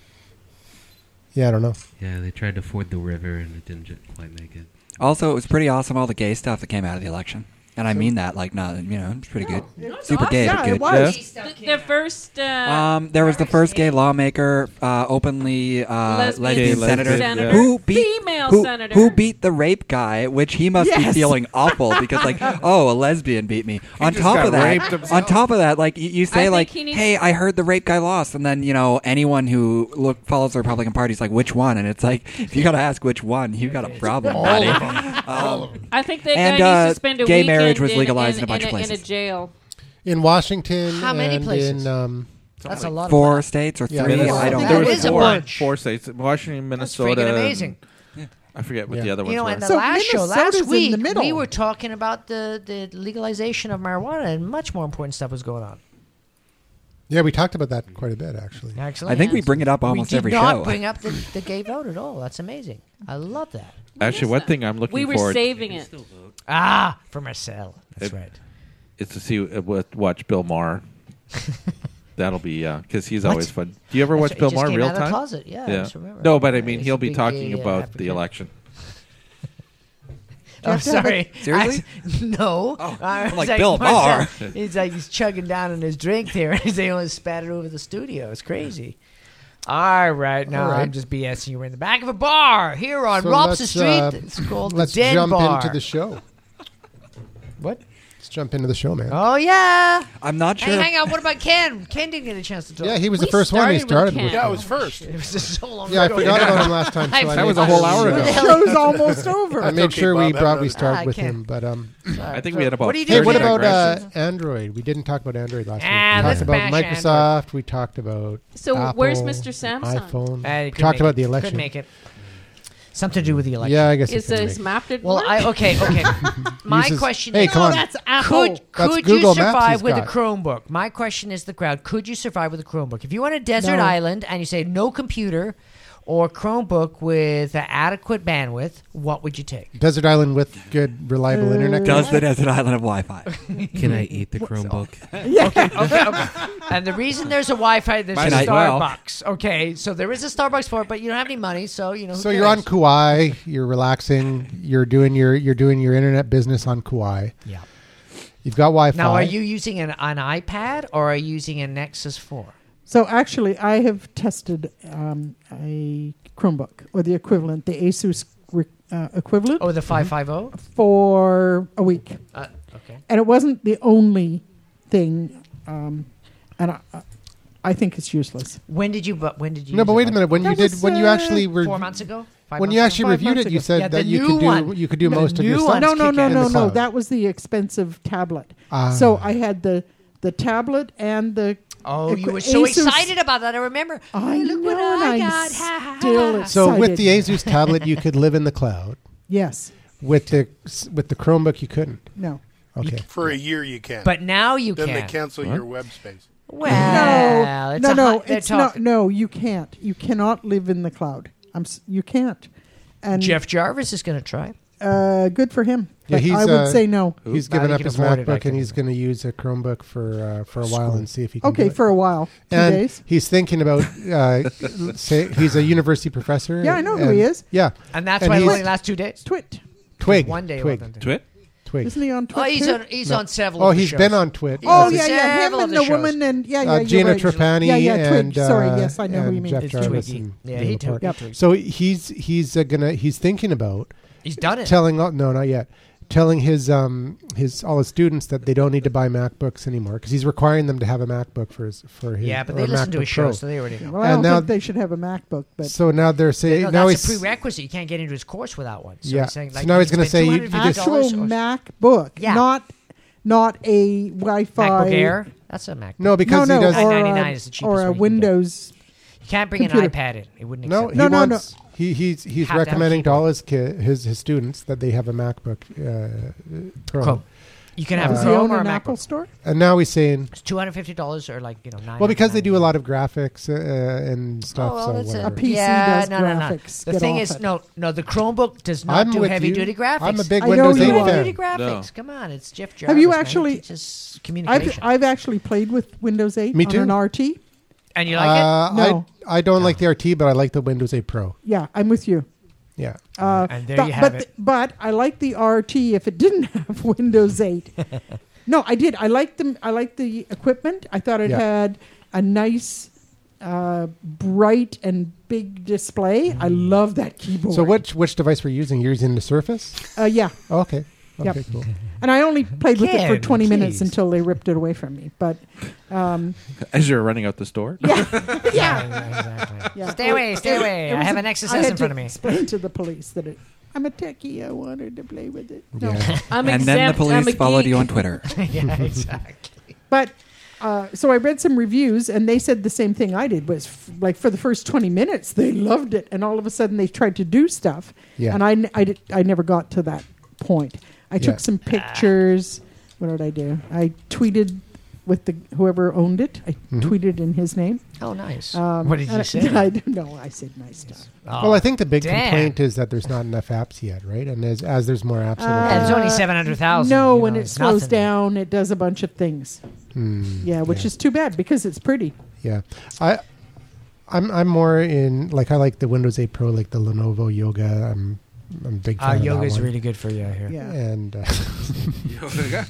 A: Yeah, I don't know.
D: Yeah, they tried to ford the river and it didn't ju- quite make it.
E: Also, it was pretty awesome all the gay stuff that came out of the election. And I mean that like not you know, it's pretty good. Super gay,
G: awesome.
E: but
G: Yeah, it
E: good.
G: was.
I: Yeah.
H: The, the first uh,
E: Um, there was the first gay lawmaker, uh, openly uh, lesbian,
H: Lesbian
E: senator,
H: senator.
E: who beat
H: Female
E: who,
H: senator.
E: who beat the rape guy, which he must be
G: Yes.
E: feeling awful because like, oh, a lesbian beat me. on
I: just
E: top
I: got
E: of that,
I: raped himself.
E: on top of that, like you, you
H: I
E: say
H: think
E: like,
H: he needs-
E: hey, I heard the rape guy lost, and then you know anyone who look follows the Republican Party is like, which one? And it's like, if you gotta ask which one, you got a problem, buddy.
H: I think that
E: And,
H: guy
E: uh,
H: needs to spend a
E: gay
H: weekend
E: marriage was
H: in-
E: legalized
H: in,
E: in a bunch of
H: In a
E: places.
H: jail.
A: In Washington,
B: How many
A: and In,
B: places?
A: um,
B: That's a lot. of money.
E: Four states or
A: Yeah,
E: three?
A: Minnesota.
E: I don't
B: That
E: know.
B: is a
I: four,
B: bunch.
I: four states: Washington,
B: That's
I: Minnesota.
B: freaking
I: and-
B: amazing.
I: I forget what
A: Yeah.
I: the other ones
B: You know,
I: were.
B: and the
G: So
B: last show
G: Minnesota's
B: last
G: in
B: week,
G: the middle.
B: we were talking about the, the legalization of marijuana, and much more important stuff was going on.
A: yeah, we talked about that quite a bit actually.
B: Actually,
E: I think we bring it up almost
B: we did
E: every
B: not
E: show.
B: bring up the, the gay vote at all. That's amazing. I love that.
I: Actually, one thing I'm looking
H: We were
I: forward
H: saving it.
B: Ah, for Marcel. That's
I: It-
B: right.
I: is to see uh, what- watch Bill Maher That'll be yeah, because he's
B: What?
I: always fun. Do you ever watch
B: That's right,
I: Bill
B: it just
I: Maher
B: came
I: real
B: out of the
I: time?
B: closet, yeah, I just remember.
I: No, but I
B: Yeah,
I: mean,
B: he's
I: he'll
B: a
I: be
B: big
I: talking
B: gay, uh,
I: about the
B: African.
I: election.
E: have
B: I'm
E: to have a-
B: sorry.
E: Seriously?
B: I- no.
E: Oh,
B: I
E: I'm
B: was
E: like, Bill
B: Marcel- He's like he's chugging down on his drink there, and they only spat it over the studio. It's crazy. All right, now
A: All right.
B: I'm just BSing you. We're in the back of a bar here on
A: So
B: Robson
A: let's,
B: Street.
A: uh,
B: it's called
A: Let's
B: the Den
A: jump
B: Bar.
A: into the show.
B: what?
A: Let's jump into the show, man.
B: Oh yeah.
E: I'm not sure.
B: Hey, hang on. What about Ken? Ken didn't get a chance to talk.
A: yeah, he was the
H: We
A: first one. He
H: started with
A: started
H: Ken.
A: with.
C: Yeah, it was first.
B: It was just so long
A: Yeah, I
B: ago.
A: forgot about him last time. So I
B: That
A: made
I: was a whole
A: sure-
I: hour ago.
G: Show's almost over.
A: I made
C: okay,
A: sure we
C: Bob,
A: brought we
C: everyone-
A: start
B: Ah, I
A: with
B: can't.
A: him, but um,
I: I think we had about.
B: What do you do?
A: hey,
I: 30
A: what about
I: digressions.
A: uh, Android? We didn't talk about Android last
B: Ah,
A: week. We
B: let's
A: talked about
B: bash
A: Microsoft. We talked about
H: So where's
A: Apple,
H: Mr. Samsung?
A: iPhone.
B: Uh,
A: we
B: he couldn't
A: talked
B: make
A: about
B: it.
A: the
B: Couldn't
A: election.
B: make it. Something to do with the election.
A: Yeah, I guess. he
H: Is
A: couldn't
H: this
A: make it.
H: mapped it?
B: Well,
H: work?
B: I okay, okay. My
A: Uses-
B: question
A: Hey,
B: is
A: come on.
G: that's Apple.
B: could
A: That's
B: could you
A: Google Maps
B: survive
A: he's
B: with
A: got.
B: a Chromebook? My question is the crowd, could you survive with a Chromebook? If you are on a desert
G: No.
B: island and you say no computer or Chromebook with uh, adequate bandwidth, what would you take?
A: Desert Island with good, reliable internet.
E: Does the desert island have Wi-Fi?
D: Can I eat the Chromebook?
B: Okay, okay. And the reason there's a Wi-Fi, there's
E: Might
B: a
E: as well.
B: Starbucks. Okay, so there is a Starbucks for it, but you don't have any money, so you know. who
A: So you're on
B: cares?
A: Kauai. You're relaxing. You're doing your you're doing your internet business on Kauai.
B: Yeah.
A: You've got Wi-Fi.
B: Now, are you using an, an iPad or are you using a Nexus Four?
G: So actually, I have tested um, a Chromebook or the equivalent, the Asus re- uh, equivalent,
B: Oh, the five five zero.
G: for a week,
B: Okay.
G: and it wasn't the only thing. Um, and I, I think it's useless.
B: When did you? But when did you?
A: No,
B: use
A: but
B: it?
A: wait a
B: Like
A: minute. When
G: That
A: you did,
G: was,
A: when you
G: uh,
A: actually re-
B: Four months ago. Five
A: when
B: months
A: you
B: ago?
A: actually
G: Five
A: reviewed
G: months
A: it, you
G: ago.
A: said
B: Yeah, the
A: that you
B: new
A: could do
B: one.
A: you could do
B: The
A: most of your
B: new
A: stuff.
B: one.
G: no,
B: Let's
G: no,
B: kick
G: no,
B: it
A: in
G: no,
A: the
G: no.
A: cloud.
G: That was the expensive tablet.
A: Ah.
G: So I had the the tablet and the.
B: Oh,
G: equi-
B: you were so
G: Asus-
B: excited about that. I remember.
G: I
B: Hey, look what
G: know, and
B: I
G: I'm
B: got. Ha, ha,
G: still
B: ha.
G: excited.
A: So with the Asus tablet, you could live in the cloud.
G: yes,
A: With the with the Chromebook, you couldn't.
G: no.
A: Okay.
C: For a year, you can.
B: But now you
C: then they
B: can.
C: cancel your web space.
B: Well,
G: no,
B: it's
G: no,
B: a
G: no,
B: hot- they're
G: it's not.
B: talking-
G: No, you can't. You cannot live in the cloud. I'm. s- You can't. And
B: Jeff Jarvis is going to try.
G: uh, good for him.
A: Yeah,
G: But
A: he's,
G: I would
A: uh,
G: say no.
A: He's
B: Now
A: given
B: they
A: up
B: can
A: his
B: afford it, I
A: MacBook
B: can
A: and he's going to use a Chromebook for uh, for a while and see if he can. do
G: Okay,
A: it.
G: for a while, two
A: and
G: days.
A: he's thinking about. Uh, say he's a university professor.
G: Yeah, I know who
A: and-
G: he is.
A: Yeah,
B: And that's
A: And
B: why it
A: he's-
B: only lasts two days.
G: Twit.
A: Twig.
B: One day.
A: Twig.
B: eleven days.
I: Twit?
A: Twig.
G: Isn't he on Twit?
B: Oh, he's
G: too?
B: on, he's
A: No.
B: on several.
A: Oh,
B: of the
A: he's
B: shows.
A: been on Twit.
G: Oh
B: Yes.
G: yeah, yeah. Him
B: Several of
G: and
B: the
G: the
B: shows.
G: woman and yeah, yeah.
A: uh,
G: you're
A: Gina
G: right.
A: Trapani
G: Yeah, yeah. Twig.
A: and
G: Sorry,
A: uh,
G: yes, I know who
A: and
G: you mean.
A: Jeff
B: It's
A: Jarvis
B: Twiggy.
A: and
B: Yeah,
A: Dana
B: he took-
A: Park.
B: he took-
A: So he's he's uh, gonna he's thinking about
B: He's done it.
A: telling all, no not yet telling his um his all his students that they don't need to buy MacBooks anymore because he's requiring them to have a MacBook for his for his
B: Yeah, but
A: or
B: they
A: a
B: listen to
A: uh, MacBook
B: his show,
A: Pro.
B: so they already know.
G: Well, I
A: And
G: don't
A: now-
G: think they should have a MacBook, but
A: so now they're saying
B: No,
A: now
B: that's a
A: he's
B: prerequisite. You can't get into his course without one. So
A: Yeah.
B: he's saying,
A: So
B: like,
A: now he's
B: going
A: gonna
B: to
A: say you- you just-
G: actual MacBook,
B: Yeah.
G: not not a Wi-Fi.
B: MacBook Air. That's a MacBook.
A: no because
G: no, no,
A: he does
B: doesn't-
G: or a-
B: 999 is the cheapest
G: or
B: one
G: a
B: you can
G: Windows.
B: You can't bring an
G: Computer.
B: iPad in. It wouldn't.
A: no he
B: accept it.
G: No, no,
A: wants he he's he's
B: Have to have a
A: recommending to
B: keyboard.
A: all his ki- his his students that they have a MacBook uh, Pro Uh,
B: Chrome. You can have
G: Does
B: a
G: he
B: Chrome
G: own
B: or a
G: an
B: MacBook.
G: Apple store?
A: and now he's saying
B: It's two hundred fifty dollars or like you know nine.
A: well because they do a lot of graphics uh, and stuff
B: Oh, well,
A: so
B: that's
A: whatever.
B: a
G: PC
B: yeah,
G: does
B: no, no, no.
G: graphics.
B: The
G: Get
B: thing
G: off
B: is,
G: it.
B: no, no. The Chromebook does not
A: I'm
B: do
A: with
B: heavy
A: you.
B: duty graphics.
A: I'm a big
G: I
A: Windows
G: know you
A: 8
G: are.
B: heavy
A: fan.
B: duty graphics. Come on, it's Jeff Jarvis.
G: you
B: man. He
G: actually-
B: teaches
G: I've
B: communication?
G: I've actually played with Windows 8
A: Me
G: on
A: too.
G: an RT.
B: and you like
A: Uh,
G: No.
A: I I don't like the RT, but I like the Windows 8 Pro.
G: Yeah, I'm with you.
A: Yeah,
G: Uh,
B: And there
G: but,
B: you
G: but,
B: have it.
G: But I like the RT if it didn't have Windows 8. no, I did. I liked them. I liked the equipment. I thought it
A: Yeah.
G: had a nice, uh, bright and big display. I love that keyboard.
A: So which which device were you using? You're using the Surface.
G: Uh, yeah,
A: Oh, okay.
G: Yep.
A: Okay. Cool.
G: and I only played with it for
B: Ken,
G: 20 minutes
B: please.
G: until they ripped it away from me. But um,
I: As you're running out the store?
B: it. Yeah, exactly.
G: yeah,
B: Stay away, stay away.
G: it
B: I
G: was
B: have
G: a-
B: an Nexus
G: I
B: S
G: had
B: in
G: to
B: front of me.
G: Explain to the police that it, I'm a techie. I wanted to play with it. No,
A: Yeah.
H: I'm
E: and
H: exempt.
E: then the
H: I'm
E: police
H: a
E: followed
H: geek.
E: you on Twitter.
B: yeah, exactly.
G: But uh, so I read some reviews, and they said the same thing I did. Was f- like for the first twenty minutes, they loved it, and all of a sudden they tried to do stuff.
A: Yeah.
G: And I, n- I, did- I never got to that point. I
A: Yeah.
G: took some pictures. What did I do? I tweeted with the whoever owned it. I
A: Mm-hmm.
G: tweeted in his name.
B: Oh, nice.
G: Um,
B: what did
G: and
B: you
G: I-
B: say?
G: I don't know. I said nice stuff.
A: well, I think the big
B: Oh, damn.
A: complaint is that there's not enough apps yet, right? And as as there's more apps, it'll
G: Uh,
B: Yeah,
A: be-
B: it's only 700,000.
G: No,
B: you
G: when
B: know,
G: it
B: it's
G: slows
B: nothing.
G: down, it does a bunch of things. Yeah, which is too bad because it's pretty.
A: Yeah, I, I'm I'm more in like I like the Windows 8 Pro, like the Lenovo Yoga. I'm I'm a big
B: Uh,
A: fan.
B: yoga
A: of
B: is
A: that one.
B: really good for you, I hear.
G: Yeah.
A: and uh,
I: Yoga.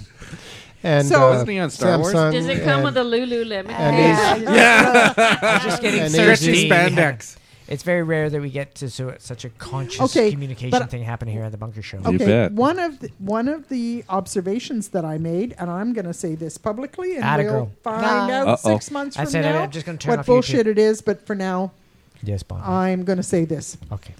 A: and
G: So-
A: uh,
I: Wasn't he on Star Wars?
A: Samsung
H: Does it come
A: and-
H: with a Lululemon?
A: and these-
B: I'm just getting
A: And
B: thirsty.
I: Stretchy spandex.
B: It's very rare that we get to so, such a conscious
G: Okay,
B: communication
G: but-
B: thing happen here at the Bunker Show.
K: You
G: Okay,
K: bet.
G: one of the, one of the observations that I made, and I'm going to say this publicly, and
B: Atta
G: we'll
B: girl.
G: find
B: Nah.
G: out
K: Uh-oh.
G: six months
B: That's
G: from
B: it,
G: now
B: I'm just gonna turn
G: what
B: off YouTube.
G: bullshit it is. But for now,
B: Yes, Bob.
G: I'm going to say this.
B: okay.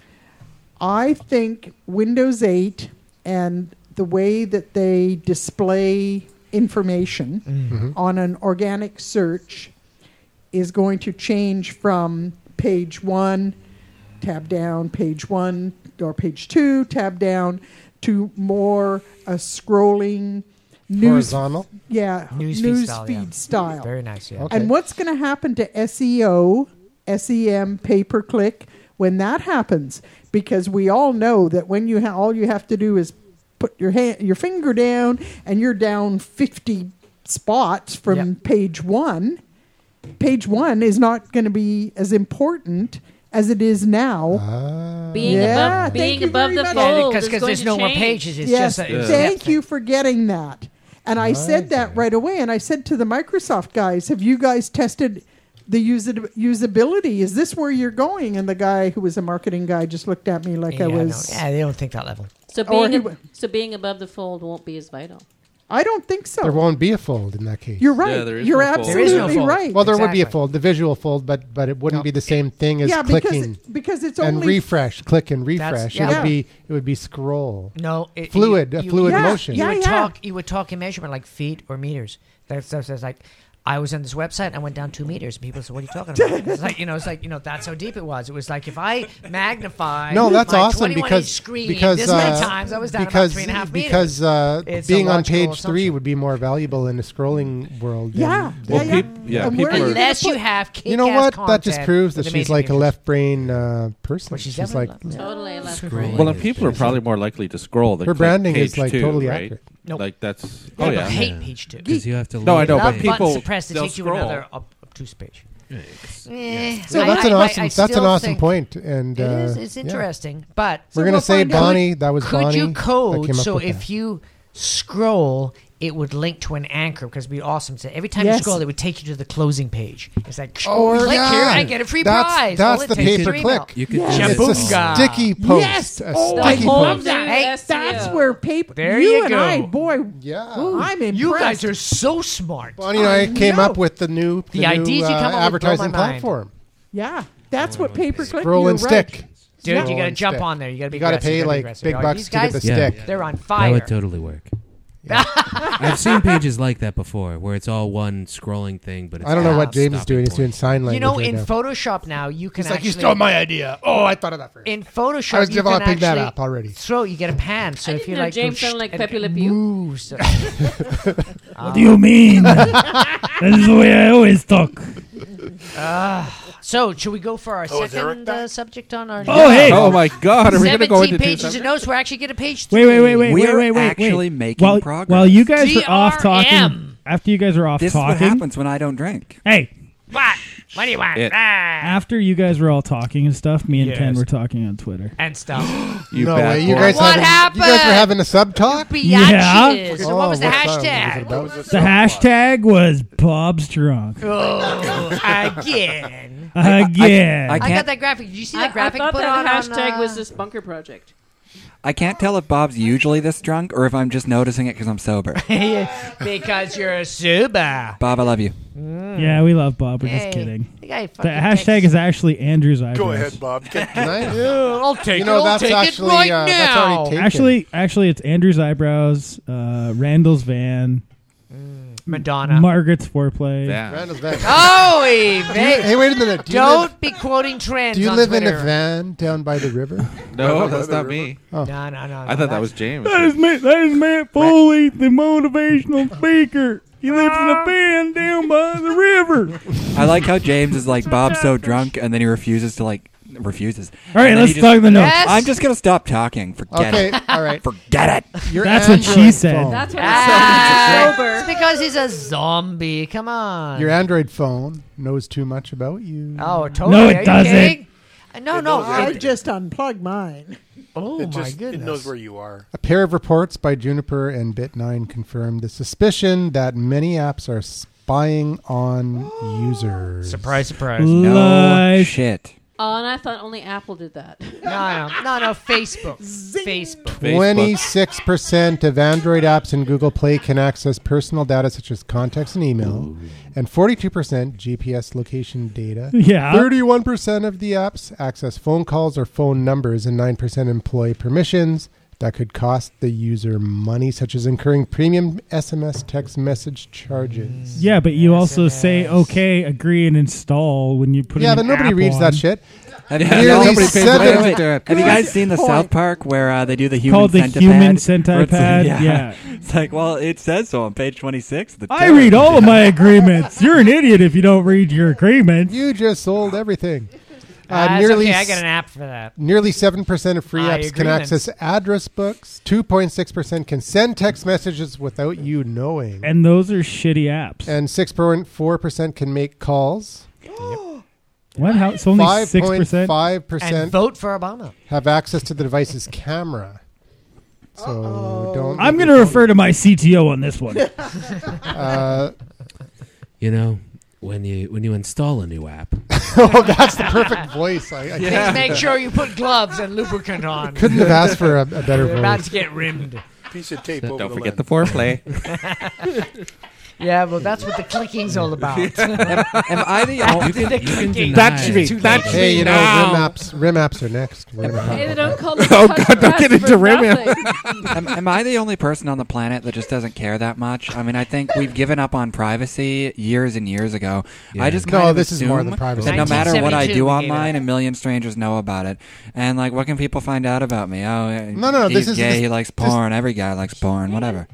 G: I think Windows 8 and the way that they display information on an organic search is going to change from page one, tab down, page one, or page two, tab down, to more a scrolling news,
A: horizontal.
G: yeah,
B: News
G: news,
B: feed style, yeah.
G: feed style.
B: Very nice. Yeah.
A: Okay.
G: And what's going to happen to E SEO, SEM, pay per click E when that happens? Because we all know that when you ha- all you have to do is put your hand, your finger down, and you're down fifty spots from
B: Yep.
G: page one. Page one is not going to be as important as it is now.
A: Ah,
H: Being
G: Yeah,
H: above,
G: thank
H: being
G: you
H: above
G: very
H: the
G: much. Yeah,
H: fold.
B: Because
H: is going
B: there's
H: to
B: no more
H: change.
B: pages. It's
G: yes,
B: just a, it's
G: thank you for getting that. And I said that
A: Right.
G: right away. And I said to the Microsoft guys, "Have you guys tested the usa- usability? Is this where you're going?" And the guy who was a marketing guy just looked at me like
B: yeah,
G: I
B: no,
G: was.
B: yeah, they don't think that level.
A: Oh,
H: So
G: Or
H: being,
G: he
H: ab-
G: w-
H: so being above the fold won't be as vital.
G: I don't think so.
A: there won't be a fold in that case.
G: Oh. you're right.
I: there is
G: you're
I: no fold.
B: There is
G: absolutely
B: no fold.
G: right.
A: well, there would be a
B: Exactly.
A: fold, the visual fold, but but it wouldn't be the same thing as
G: yeah, because
A: clicking
G: it, because it's
A: and
G: only
A: refresh, click and refresh. It
B: yeah.
A: would be it would be scroll.
B: No, it,
A: Fluid, a fluid
G: Yeah,
A: motion.
B: You
G: yeah.
B: would talk. You would talk in measurement like feet or meters. That's that's, that's like. I was on this website. I went down two meters. And people said, "What are you talking about?" it's like you know, it's like you know, that's how deep it was. It was like if I magnify
A: No, that's
B: my
A: awesome
B: 21
A: because
B: inch screen
A: because
B: this
A: uh,
B: many times, I was down
A: because
B: about three and a half meters.
A: because uh,
B: It's a
A: being on
B: logical
A: page three
B: assumption.
A: would be more valuable in a scrolling world. than-
G: Yeah,
A: than-
G: yeah,
K: Well,
G: yeah.
K: peop- yeah,
G: And where
K: people
G: are
K: are-
G: you gonna
B: unless you
G: put-
B: have kick
A: You know what? That just proves that she's like a left brain uh, person.
B: Well, she's
A: she's like
B: definitely
H: Totally left.
D: Scrolling
K: Well, and
D: is
K: people are
D: just-
K: probably more likely to scroll. Than
A: her
K: click
A: branding is
K: page
A: like
K: two,
A: totally
K: right?
A: accurate.
B: Nope.
K: Like that's
B: Yeah,
K: oh
B: but
K: yeah.
B: hate page two.
D: 'Cause you have to.
I: No, I
D: look
I: know,
D: at
I: but
B: Left
D: it.
I: people-
B: button's pressed to
I: they'll
B: take you to another
I: scroll.
B: up, obtuse page.
D: Yeah, it's-
B: Eh,
A: So
B: I-
A: that's an
B: I- I-
A: awesome.
B: I
A: that's an
B: still
A: awesome
B: think
A: point, And
B: It
A: uh,
B: is. It's
A: yeah.
B: interesting, but
A: We're
G: we'll
A: gonna say
G: find out.
A: Bonnie. That was
B: could
A: Bonnie.
B: you
A: that
B: code
A: came up
B: so
A: with
B: if
A: that.
B: you scroll it would link to an anchor because it'd be awesome to every time you
G: Yes.
B: scroll it would take you to the closing page it's like
A: Oh,
B: click
A: yeah.
B: here and I get a free
A: That's-
B: prize
A: that's
B: All it
A: the
B: takes is your
A: pay-per-click.
B: email.
D: You could
G: Yes.
A: it's a
D: do it all.
B: Jabunga.
A: sticky post.
G: Yes!
A: A
G: Oh,
A: sticky
H: I love
A: post.
H: that.
B: Hey,
H: SEO.
G: That's where paper.
B: There
G: you
B: you
G: and
B: go.
G: I, boy,
A: Yeah.
G: I'm impressed.
B: you guys are so smart
A: Bonnie and I,
G: I
A: came
G: know.
A: up with the new the,
B: The
A: new,
B: ideas you
A: uh,
B: come up with blow
A: advertising
B: my mind.
A: platform.
G: yeah, that's what pay per click.
A: Scroll and stick.
B: dude
A: Scroll
B: you gotta
A: and
B: jump
A: stick.
B: on there you gotta be
A: You gotta
B: aggressive,
A: pay
B: be
A: like
B: aggressive.
A: big
B: You're
A: bucks
B: these
A: to get
B: guys,
A: the
D: Yeah.
A: stick.
B: they're on
D: That
B: fire
D: would totally work. I've seen pages like that before, where it's all one scrolling thing, but it's
A: I don't know
D: got
A: what
D: a
A: James is
D: stopping
A: doing. He's
D: point.
A: doing sign language.
B: you know
A: right
B: in
A: now.
B: Photoshop now you can
A: He's like,
B: actually
A: you stole my idea. Oh, I thought of that first.
B: in Photoshop
A: I was
B: you can
A: developing that
B: actually
A: app already.
B: throw you get a pan so
H: I
B: if
H: didn't
B: you
H: know
B: like go
H: James
B: sh-
H: sounded like
B: and
H: Pepe
B: it
H: Le Pew.
B: moves. Ah.
J: What do you mean? that is the way I always talk.
B: Ah. So, should we go for our
C: Oh, is Eric
B: second
C: back?
B: uh, subject on our?
J: Oh hey!
I: Oh my God! Are we gonna go into
B: Seventeen
I: two
B: pages
I: separate-
B: of notes. We're actually getting to page three.
J: Wait, wait, wait, wait, wait,
E: We're
J: wait, wait.
E: actually
J: wait.
E: making
J: while,
E: progress.
J: While you guys were off
B: DRM.
J: talking, after you guys were off
E: This is
J: talking,
E: what happens when I don't drink.
J: hey,
B: What? What do you want?
I: It-
B: Ah,
J: after you guys were all talking and stuff, me and Ken
B: Yes.
J: were talking on Twitter.
B: and stuff.
I: You
A: no
I: bad
A: way. You
I: boy.
A: guys,
B: What
A: having, you guys were
B: happened?
A: having a sub talk?
B: Biatches.
J: Yeah.
B: So what was the
A: what's that?
B: hashtag?
A: What was it about?
J: The hashtag was Bob's drunk
B: Oh, again.
J: again.
E: I
B: I got
E: can't.
B: that graphic. Did you see
H: I,
B: that
H: I
B: graphic
H: thought
B: put
H: that
B: on
H: hashtag
B: on, uh,
H: was this bunker project.
E: I can't tell if Bob's usually this drunk or if I'm just noticing it because I'm sober.
B: because you're a suba.
E: Bob, I love you.
J: yeah, we love Bob. We're
B: Mm. Hey,
J: just kidding.
B: The, guy
J: The hashtag is actually Andrew's eyebrows.
C: Go ahead, Bob. Get-
A: Can I?
B: I'll take
A: You
B: it.
A: know,
B: I'll
A: that's
B: take
A: actually,
B: it right
A: uh,
B: now.
A: that's already taken.
J: Actually, actually, it's Andrew's eyebrows, uh, Randall's van,
B: Mm. Madonna.
J: Margaret's foreplay.
I: Yeah.
A: Randall's van.
B: oh,
A: Hey, wait a minute. Do you
B: Don't
A: live,
B: be quoting trends.
A: do you
B: on
A: live in
B: Twitter.
A: a van down by the river?
I: No, that's not me.
B: No, no, no.
I: I thought that was James.
J: That is Matt, that is Matt Foley, the motivational speaker. He lives in a van down by the river.
E: I like how James is like Bob's so drunk and then he refuses to like refuses.
J: All right,
E: And then
J: let's
E: he just-
J: talk the notes.
B: Yes.
E: I'm just gonna stop talking. Forget
A: Okay,
E: it.
A: all right.
E: Forget it.
A: Your
J: That's what she
A: Android
J: said.
A: phone.
H: That's what
B: Ah,
H: I said.
B: It's because because he's a zombie. Come on.
A: Your Android phone knows too much about you.
B: oh, totally.
F: No, it
B: Are you
F: doesn't.
B: kidding? Uh, No,
C: It
B: no.
C: does.
B: I-
C: Yeah.
G: I just unplugged mine.
B: oh,
C: it
B: my
C: just
B: goodness.
C: it knows where you are.
A: A pair of reports by Juniper and Bit9 confirmed the suspicion that many apps are spying on users.
B: surprise, surprise.
E: No
B: no,
F: Lies.
E: shit.
H: Oh, and I thought only Apple did that.
B: no, no, no. Facebook. Facebook.
I: Facebook.
A: 26% of Android apps in Google Play can access personal data such as contacts and email, and 42% GPS location data.
F: Yeah.
A: 31% of the apps access phone calls or phone numbers, and 9% employ permissions that could cost the user money, such as incurring premium SMS text message charges.
F: Yeah, but you also say
B: SMS.
F: okay, agree, and install when you put.
A: Yeah,
F: an
A: but nobody
F: app
A: reads
F: on.
A: that shit.
E: Have you,
A: Nearly seven-
E: Nobody pays attention
A: Wait,
E: to it. Have you guys seen the South Park where uh, they do the human
F: Called the
E: centipad?
F: human
E: Where it's like-
F: centipad. yeah.
E: It's like, well, it says so on page 26. The
F: I read all of my agreements. You're an idiot if you don't read your agreements.
A: You just sold everything. Uh,
B: Ah, it's
A: nearly
B: okay. I got an app for that.
A: Nearly 7% of free
B: Ah, your
A: apps can
B: agreements.
A: access address books. 2.6% can send text messages without you knowing.
F: And those are shitty apps.
A: And 6.4% can make calls.
F: What? How, it's only six percent.
A: 5.5%
B: And vote for Obama.
A: have access to the device's camera. So don't.
F: I'm going to refer to my CTO on this one.
A: Uh,
D: You know, when you when you install a new app,
A: oh, that's the perfect voice. I, I
B: Please make sure you put gloves and lubricant on.
A: couldn't have asked for a, a better
B: You're about
A: voice.
B: to get rimmed.
C: Piece of tape over
I: Don't
C: the
I: forget the
C: lens.
I: foreplay.
B: Yeah, well, that's what the clicking's all about.
E: Am I the only?
D: you can, you can deny.
F: That should be-
D: it.
F: that should
A: Hey, you know,
F: Now.
A: rim apps, rim apps are next. We're gonna talk
H: Hey, they
A: about
H: don't
A: that.
H: call me oh God, don't get into
I: Remy.
E: am, am I the only person on the planet that just doesn't care that much? I mean, I think we've given up on privacy years and years ago.
D: Yeah.
E: I just kind
A: No,
E: of
A: this is more
E: assume
A: than privacy.
E: that no matter what I
B: 1972
E: do
B: we gave
E: online,
B: it
E: a million strangers know about it. And like, what can people find out about me? Oh,
A: No, no, no,
E: He's
A: this is-
E: gay.
A: this-
E: he likes
A: this-
E: porn. Every guy likes porn. Whatever.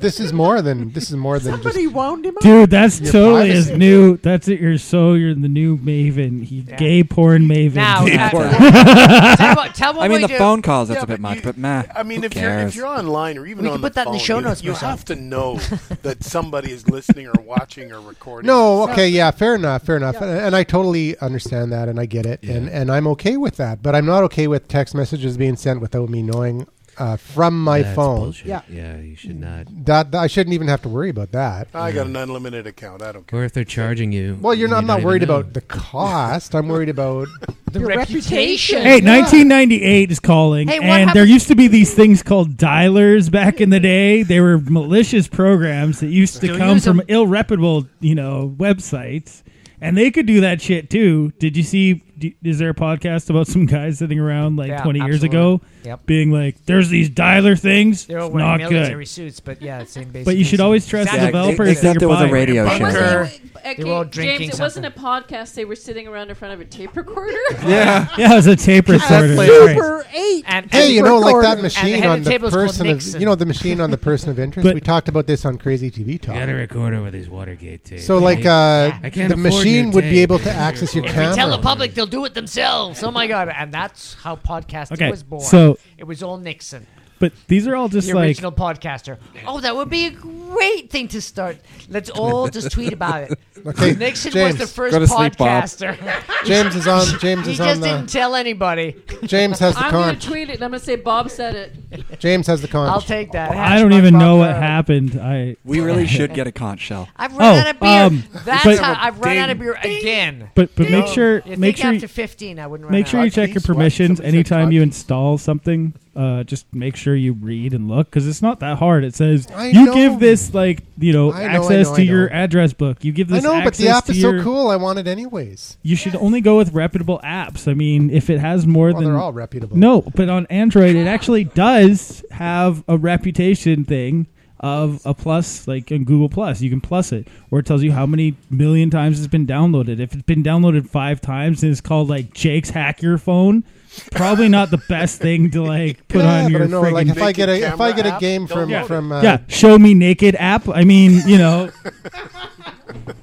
A: This is more than this is more than just
G: Somebody wound him up.
F: Dude, that's
A: Your
F: totally his
A: privacy.
F: new. That's it. You're so you're the new Maven. He gay porn Maven.
B: now, uh, tell what, tell what
E: I mean,
B: we
E: the
B: do.
E: phone calls. That's
C: Yeah,
E: a bit
C: but
E: much,
C: you-
E: but meh.
C: I mean,
E: who
C: if you're if
E: cares?
C: you're online or even
B: We
C: on
B: can put that
C: the
B: in
C: phone,
B: the show
C: you-
B: notes,
C: you,
B: Marcel.
C: have to know that somebody is listening or watching or recording.
A: No, okay, yeah, fair enough, fair enough. And and I totally understand that and I get it. And and I'm okay with that, but I'm not okay with text messages being sent without me knowing uh, from my
D: That's
A: phone.
D: bullshit.
G: Yeah.
D: Yeah. you should not.
A: That, that- I shouldn't even have to worry about that.
C: I got an unlimited account. I don't care.
D: Or if they're charging you.
A: Well, you're
D: you
A: not I'm
D: don't
A: not
D: even
A: worried
D: know.
A: about the cost. I'm worried about
B: The
G: Your
B: reputation.
G: reputation.
F: Hey, 1998 is calling,
B: Hey, what
F: and there
B: happened-
F: used to be these things called dialers back in the day. They were malicious programs that used to
B: Still
F: come
B: use
F: from
B: 'em.
F: ill reputable, you know, websites, and they could do that shit too. Did you see? d- Is there a podcast about some guy sitting around like
B: Yeah,
F: 20 years
B: absolutely.
F: ago,
B: Yep.
F: being like, "There's these dialer things,
B: They're all
F: it's
B: wearing
F: not
B: military
F: good."
B: suits, but yeah, same basic.
F: But you should always trust
E: Yeah,
B: Exactly.
F: developers.
E: except
F: that you're
E: it was a
F: buying.
E: radio
B: They
H: It
E: show.
B: must
H: wasn't
B: Sure.
H: even- okay,
B: They were all
H: James,
B: drinking
H: it wasn't a podcast. They were sitting around in front of a tape recorder.
I: yeah.
F: Yeah, it was a tape recorder. right.
G: Super eight.
B: And
A: Hey, you know, like that
G: Recording.
A: machine
B: And the
A: on the
B: table is called
A: person of
B: Nixon.
A: you know the machine on the person of interest.
F: But-
A: we talked about this on Crazy TV
D: You got to
A: Talk.
D: record over these Watergate tapes.
A: So, like,
D: Hey,
A: uh,
D: I can't
A: the
D: afford
A: machine
D: your
A: would be
D: tape.
A: able to access your
D: If we
A: camera.
B: tell the public they'll do it themselves. Oh my god! And that's how podcasting
F: Okay,
B: was born.
F: so-
B: it was all Nixon,
F: But these are all just
B: the
F: like
B: original podcaster. Oh, that would be a great thing to start. Let's all just tweet about it.
A: Okay,
B: Nixon
A: James,
B: was the first
I: go to sleep, Bob.
B: podcaster.
A: James is on. James
B: he
A: is on
B: just didn't
A: the.
B: tell anybody.
A: James has the
H: I'm going
A: conch.
H: to tweet it. and I'm going to say Bob said it.
A: James has the conch.
B: I'll take that.
F: I don't even know what happened. I
E: We really should get a conch shell.
B: I've run
F: Oh,
B: out of beer.
F: um,
B: That's
F: but-
B: how I've run out of beer again.
F: but but make sure
B: You think
F: make sure
B: after 15 I wouldn't run
F: make
B: out.
F: sure you check your
C: Hotkeys? What?
F: permissions
C: Somebody said
F: anytime you
C: hotkeys?
F: install something. Uh, just make sure you read and look because it's not that hard. It says
A: I
F: you
A: know.
F: give this like you know
A: I know, I
F: access
A: know,
F: to
A: I
F: your
A: know.
F: address book. You give
A: I
F: this.
A: know, but the
F: access
A: app
F: to
A: is so
F: your-
A: cool. I want it anyways.
F: You should only go with reputable apps. I mean, if it has more
A: Well,
F: than
A: they're all reputable.
F: No, but on Android, it actually does have a reputation thing of a plus, like in Google Plus. You can plus it, where it tells you how many million times it's been downloaded. If it's been downloaded five times and it's called like Jake's Hack Your Phone, probably not the best thing to like put
A: yeah,
F: on
A: but
F: your
A: I know, like
F: friggin-
A: if I get a if I
C: camera
A: get a
C: app,
A: game
C: don't
A: from
C: load it.
A: from uh,
F: yeah, show me naked app. I mean, you know,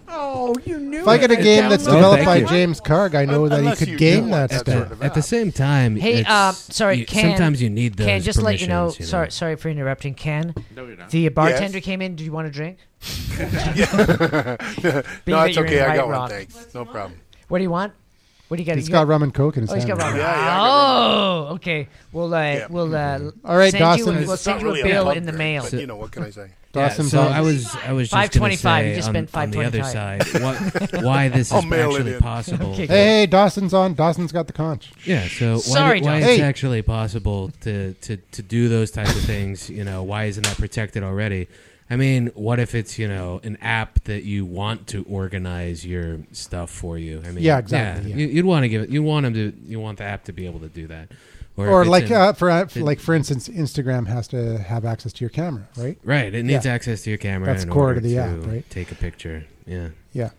G: Oh,
B: Oh, you knew.
A: If I
B: it.
A: get a game that's
D: download
A: developed
D: it.
A: by
D: Thank you.
A: James Carg, I know that he
C: Unless
A: could
C: you
A: game
C: do
A: that
C: that
A: stuff.
C: sort of
D: At the
C: app.
D: same time,
B: Hey,
D: it's-
B: uh, sorry,
D: you-
B: Ken.
D: sometimes you need those
B: Ken, just let you know,
D: permissions,
B: Sorry, sorry for interrupting. Ken,
I: No, you're not.
B: the bartender
C: Yes?
B: came in. Do you want a drink?
C: no,
B: that
C: it's
B: you're in
C: okay. I
B: White
C: got
B: Rock.
C: one. Thanks. No problem.
B: What do you want? What do you got?
A: He's
B: You
A: got rum and coke in his
B: Oh, he's got
A: hand.
B: Robin.
C: Yeah, yeah, I got
B: oh, okay. We'll uh,
C: Yeah. Mm-hmm.
B: we'll uh,
A: All right,
B: send
A: Dawson,
B: You,
A: it's
B: a- we'll
C: It's
B: send
C: not
B: you
C: really
B: a bill
C: pub
B: in the
C: drink,
B: mail.
C: But, you know, what can I say?
D: Yeah,
A: Dawson's
D: so
A: on-
D: I was I was just going to
B: 525,
D: say
B: you just
D: on,
B: spent
D: on the other
B: 525.
D: side what, why this
C: I'll
D: is
C: mail it
D: actually
C: in.
D: possible.
B: Okay,
A: Hey, hey, Dawson's on. Dawson's got the conch.
D: Yeah, so why,
B: Sorry,
D: why
A: John.
D: it's
A: Hey.
D: actually possible to, to, to do those types of things, you know, why isn't that protected already? I mean, what if it's, you know, an app that you want to organize your stuff for you? I mean,
A: Yeah, exactly, yeah.
D: You, you'd want to give it, you want them to, you want the app to be able to do that. if
A: Or
D: it's
A: like
D: in-
A: uh, for uh,
D: it-
A: like for instance, Instagram has to have access to your camera, right?
D: right, it needs
A: yeah.
D: access to your camera.
A: That's
D: in
A: core to
D: order
A: the
D: to
A: app, right?
D: Take a picture. Yeah.
A: Yeah.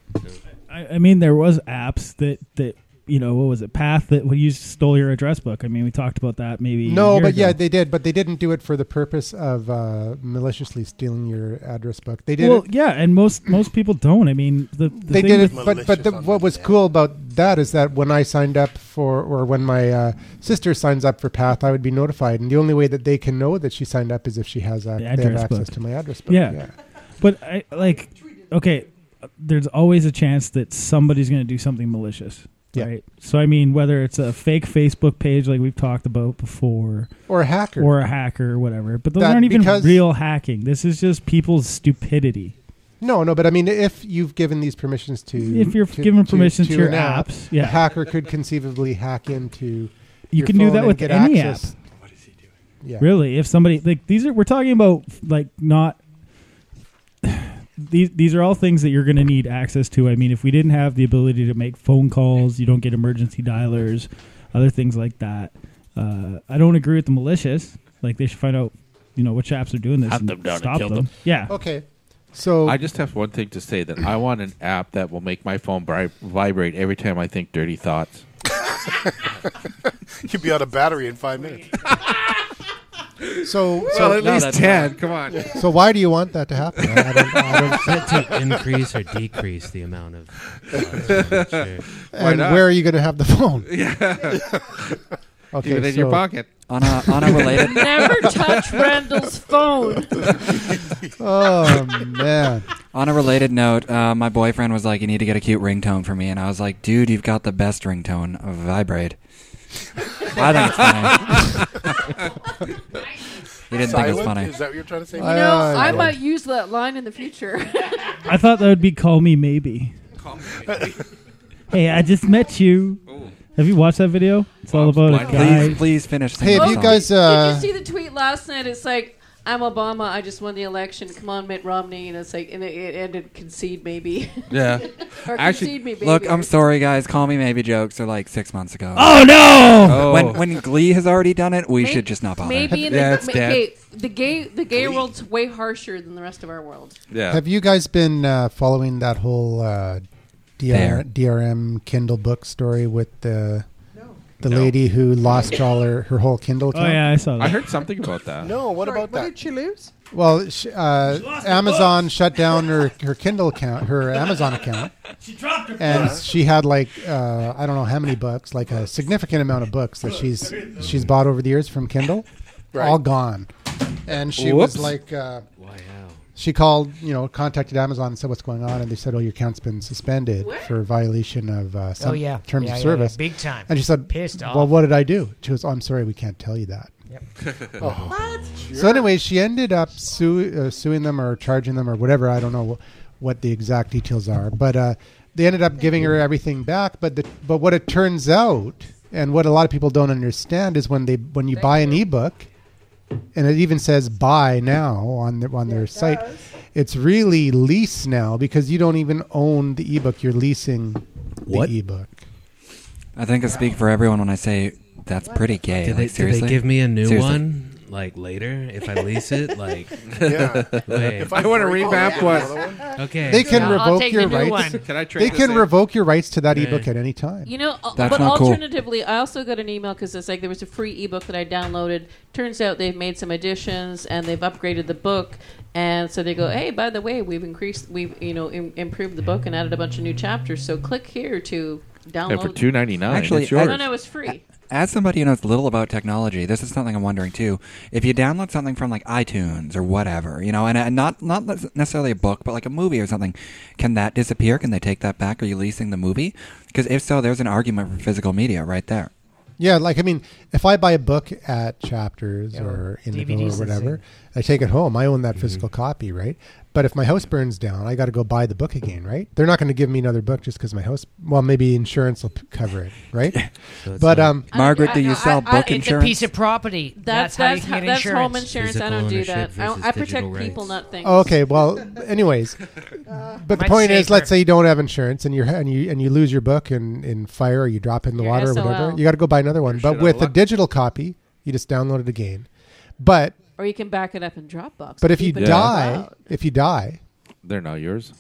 F: I, I mean, there was apps that that you know what was it Path that when you stole your address book. I mean, we talked about that maybe. a
A: No,
F: year
A: but yeah,
F: ago.
A: they did, but they didn't do it for the purpose of uh, maliciously stealing your address book. They did
F: well,
A: it.
F: yeah, and most most people don't. I mean, the, the
A: They
F: thing
A: did
F: with-
A: it, but but the,
C: Malicious on
A: what was
C: the-
A: cool about that is that when I signed up for, or when my uh, sister signs up for Path, I would be notified, and the only way that they can know that she signed up is if she has ac-
F: The
A: they have
F: address
A: access
F: book.
A: to my address book.
F: Yeah. But I like okay, there's always a chance that somebody's going to do something malicious,
A: Yeah.
F: right? So I mean, whether it's a fake Facebook page like we've talked about before,
A: or a hacker.
F: or a hacker or whatever, but those
A: That-
F: aren't even
A: because-
F: real hacking. This is just people's stupidity.
A: No, no, but I mean, if you've given these permissions to,
F: If you're
A: to-
F: given permissions to your
A: an app,
F: apps, yeah.
A: a hacker could conceivably hack into.
F: You
A: your
F: can do
A: phone
F: that
A: and
F: with
A: get
F: any
A: access.
F: app,
A: Yeah.
F: really. If somebody like these are, we're talking about like not. These, these are all things that you're going to need access to. I mean, if we didn't have the ability to make phone calls, you don't get emergency dialers, other things like that. Uh, I don't agree with the malicious. Like they should find out, you know, which apps are doing this
J: Hunt
F: and
J: them down and
F: stop
J: kill
F: them.
J: them.
F: Yeah,
A: Okay. So
I: I just have one thing to say that I want an app that will make my phone bri- vibrate every time I think dirty thoughts.
C: You'd be out of battery in five minutes.
A: so
I: Well,
A: so,
I: at
E: no,
I: least
E: that's
I: ten. Come on.
A: so why do you want that to happen? I don't, I don't,
D: Is that to increase or decrease the amount of. uh, Sure.
I: Why
A: and
I: not?
A: where are you going to have the phone? Yeah. okay.
I: Keep it in
A: so-
I: your pocket.
E: On a on a related
H: Never touch Randall's phone.
A: Oh man.
E: on a related note, uh, my boyfriend was like, "You need to get a cute ringtone for me," and I was like, "Dude, you've got the best ringtone. Vibrate." I think it's funny. he didn't think it was funny.
C: Silent? Is that what you're trying to say?
H: You
A: I-
H: know,
A: I-
H: I might use that line in the future.
F: I thought that would be call me maybe. hey, I just met you. Have you watched that video? It's all
I: Bob's
F: about a guy.
E: Please, please finish.
A: Hey,
E: singing
A: if
E: the
A: you
E: song.
A: guys
H: Did you
A: uh,
H: see the tweet last night? It's like, I'm Obama. I just won the election. Come on, Mitt Romney. And it's like, and it, it ended concede maybe.
I: Yeah.
H: or
I: Actually,
H: concede me, baby.
E: Look, I'm sorry, guys. Call me maybe jokes are like six months ago.
F: Oh no!
I: Oh.
E: When when Glee has already done it, we
H: May-
E: should just not bother.
H: Maybe in the,
I: Yeah, it's
H: ma-
I: dead.
H: okay, the gay the gay world's way harsher than the rest of our world.
I: yeah.
A: have you guys been uh, following that whole uh, DR,
E: Fair.
A: DRM Kindle book story with the the lady who lost all her, her whole Kindle?
F: Oh
A: account?
F: yeah, I saw that.
I: I heard something about that.
C: No, what
G: Sorry,
C: about
G: what
C: that?
G: did she lose?
A: Well, sh uh, Amazon shut down her, her Kindle account, her Amazon account. She dropped her And she had like uh, I don't know how many books, like a significant amount of books that she's she's bought over the years from Kindle,
C: Right.
A: all gone. And she
I: Whoops.
A: was like, uh,
D: Why how?
A: she called, you know, contacted Amazon and said what's going on, and they said, oh, your account's been suspended for violation of uh, some
B: oh yeah.
A: terms
B: Yeah,
A: of
B: yeah,
A: service.
B: yeah. Big time.
A: And she said,
B: Pissed off.
A: well, what did I do? She goes, oh, I'm sorry, we can't tell you that.
C: Oh.
A: Oh. So anyway, she ended up sue, uh, suing them or charging them or whatever. I don't know wh- what the exact details are, but uh, they ended up giving her everything back. But the, but what it turns out, and what a lot of people don't understand, is when they when you buy an ebook, and it even says buy now on their, on their site, it's really lease now because you don't even own the ebook. You're leasing
D: What?
A: the ebook.
E: I think I speak for everyone when I say that's pretty gay.
D: Did
E: like,
D: they, did
E: seriously?
D: they give me a new
E: Seriously.
D: one? Like later, if I lease it, like
C: Yeah.
D: wait,
C: If
I: I want to
C: break-
I: remap
C: Another
I: one.
C: one?
D: okay,
A: They can
B: I'll
A: revoke
B: take the
A: your
B: new
A: rights.
B: one.
I: Can I trade
A: They
I: this
A: can
I: in?
A: revoke your rights to that
D: Yeah.
A: ebook at any time.
H: You know, uh,
E: That's
H: but
E: not cool.
H: alternatively, I also got an email because it's like there was a free ebook that I downloaded. Turns out they've made some additions and they've upgraded the book, And so they go, hey, by the way, we've increased, we've you know Im- improved the book and added a bunch of new chapters. So click here to download.
I: And for two ninety nine,
E: Actually,
I: it's
E: I-
H: No,
I: yours.
H: no, no, it's free.
E: As somebody who knows little about technology, this is something I'm wondering too. If you download something from like iTunes or whatever, you know, and, and not not necessarily a book, but like a movie or something, can that disappear? Can they take that back? Are you leasing the movie? Because if so, there's an argument for physical media right there.
A: Yeah, like I mean, if I buy a book at Chapters
B: Yeah,
A: or
B: or
A: Indigo
B: DVDs
A: or
B: and
A: whatever,
B: things.
A: I take it home. I own
E: Mm-hmm.
A: that physical copy, right? But if my house burns down, I got to go buy the book again, right? They're not going to give me another book just because my house. Well, maybe insurance will p- cover it, right?
D: So it's
A: but
D: like-
A: um,
H: I-
E: Margaret,
H: I-
E: do you
H: I-
E: sell
H: I-
E: book
H: it's a
B: It's a piece
E: insurance?
B: of property.
H: That's
B: how you
H: that's,
B: can
H: how,
B: get
H: that's
B: insurance.
H: home insurance. I
D: Physical
H: don't do
D: ownership
H: that. I,
D: versus
H: I protect
D: digital
H: people,
D: rights.
H: not things.
A: okay, well, anyways, but the
B: Much
A: point is,
B: safer.
A: let's say you don't have insurance and you and you and you lose your book and in fire or you drop it in the
H: Your
A: water or
H: SOL.
A: whatever, you got to go buy another one.
I: You're
A: But
I: shit out of
A: with a
I: luck.
A: digital copy, you just download it again. But
H: Or you can back it up in Dropbox.
A: but
H: and
A: if you
H: keep it
I: Yeah.
A: die,
H: cloud.
A: if you die,
I: They're not yours.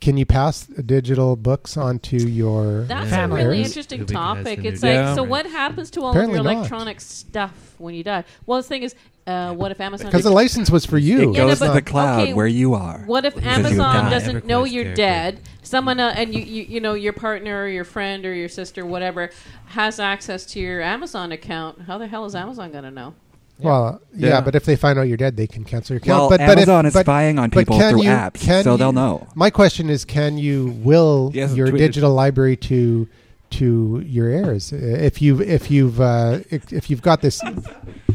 A: can you pass digital books onto your
H: That's
B: Family.
H: a really
A: heirs?
H: interesting
D: Who we can ask
H: topic.
D: them
H: It's
D: to
H: like,
D: do
H: so
D: it.
H: what happens to all
A: Apparently
H: of your
A: not.
H: electronic stuff when you die? Well, the thing is, uh, what if Amazon?
A: Because the license was for you.
E: it goes
H: Yeah,
E: to
H: but-
E: the cloud
H: okay,
E: where you are.
H: What if
D: Because you
H: Amazon
E: die.
H: doesn't know
D: EverQuest
H: you're
D: character.
H: dead? Someone uh, and you, you, you know, your partner or your friend or your sister, whatever, has access to your Amazon account. How the hell is Amazon going to know?
A: Well, yeah.
I: Yeah.
A: but if they find out you're dead, they can cancel your
E: Well,
A: account. but, but
E: Amazon
A: if,
E: is
A: but-
E: spying on
A: but
E: people
A: can
E: through
A: you-
E: apps,
A: can
E: so they'll
A: you-
E: know.
A: My question is, can you will
I: He hasn't
A: your
I: tweeted.
A: digital library to to your heirs Uh, if you if you've uh, if, if you've got this
D: I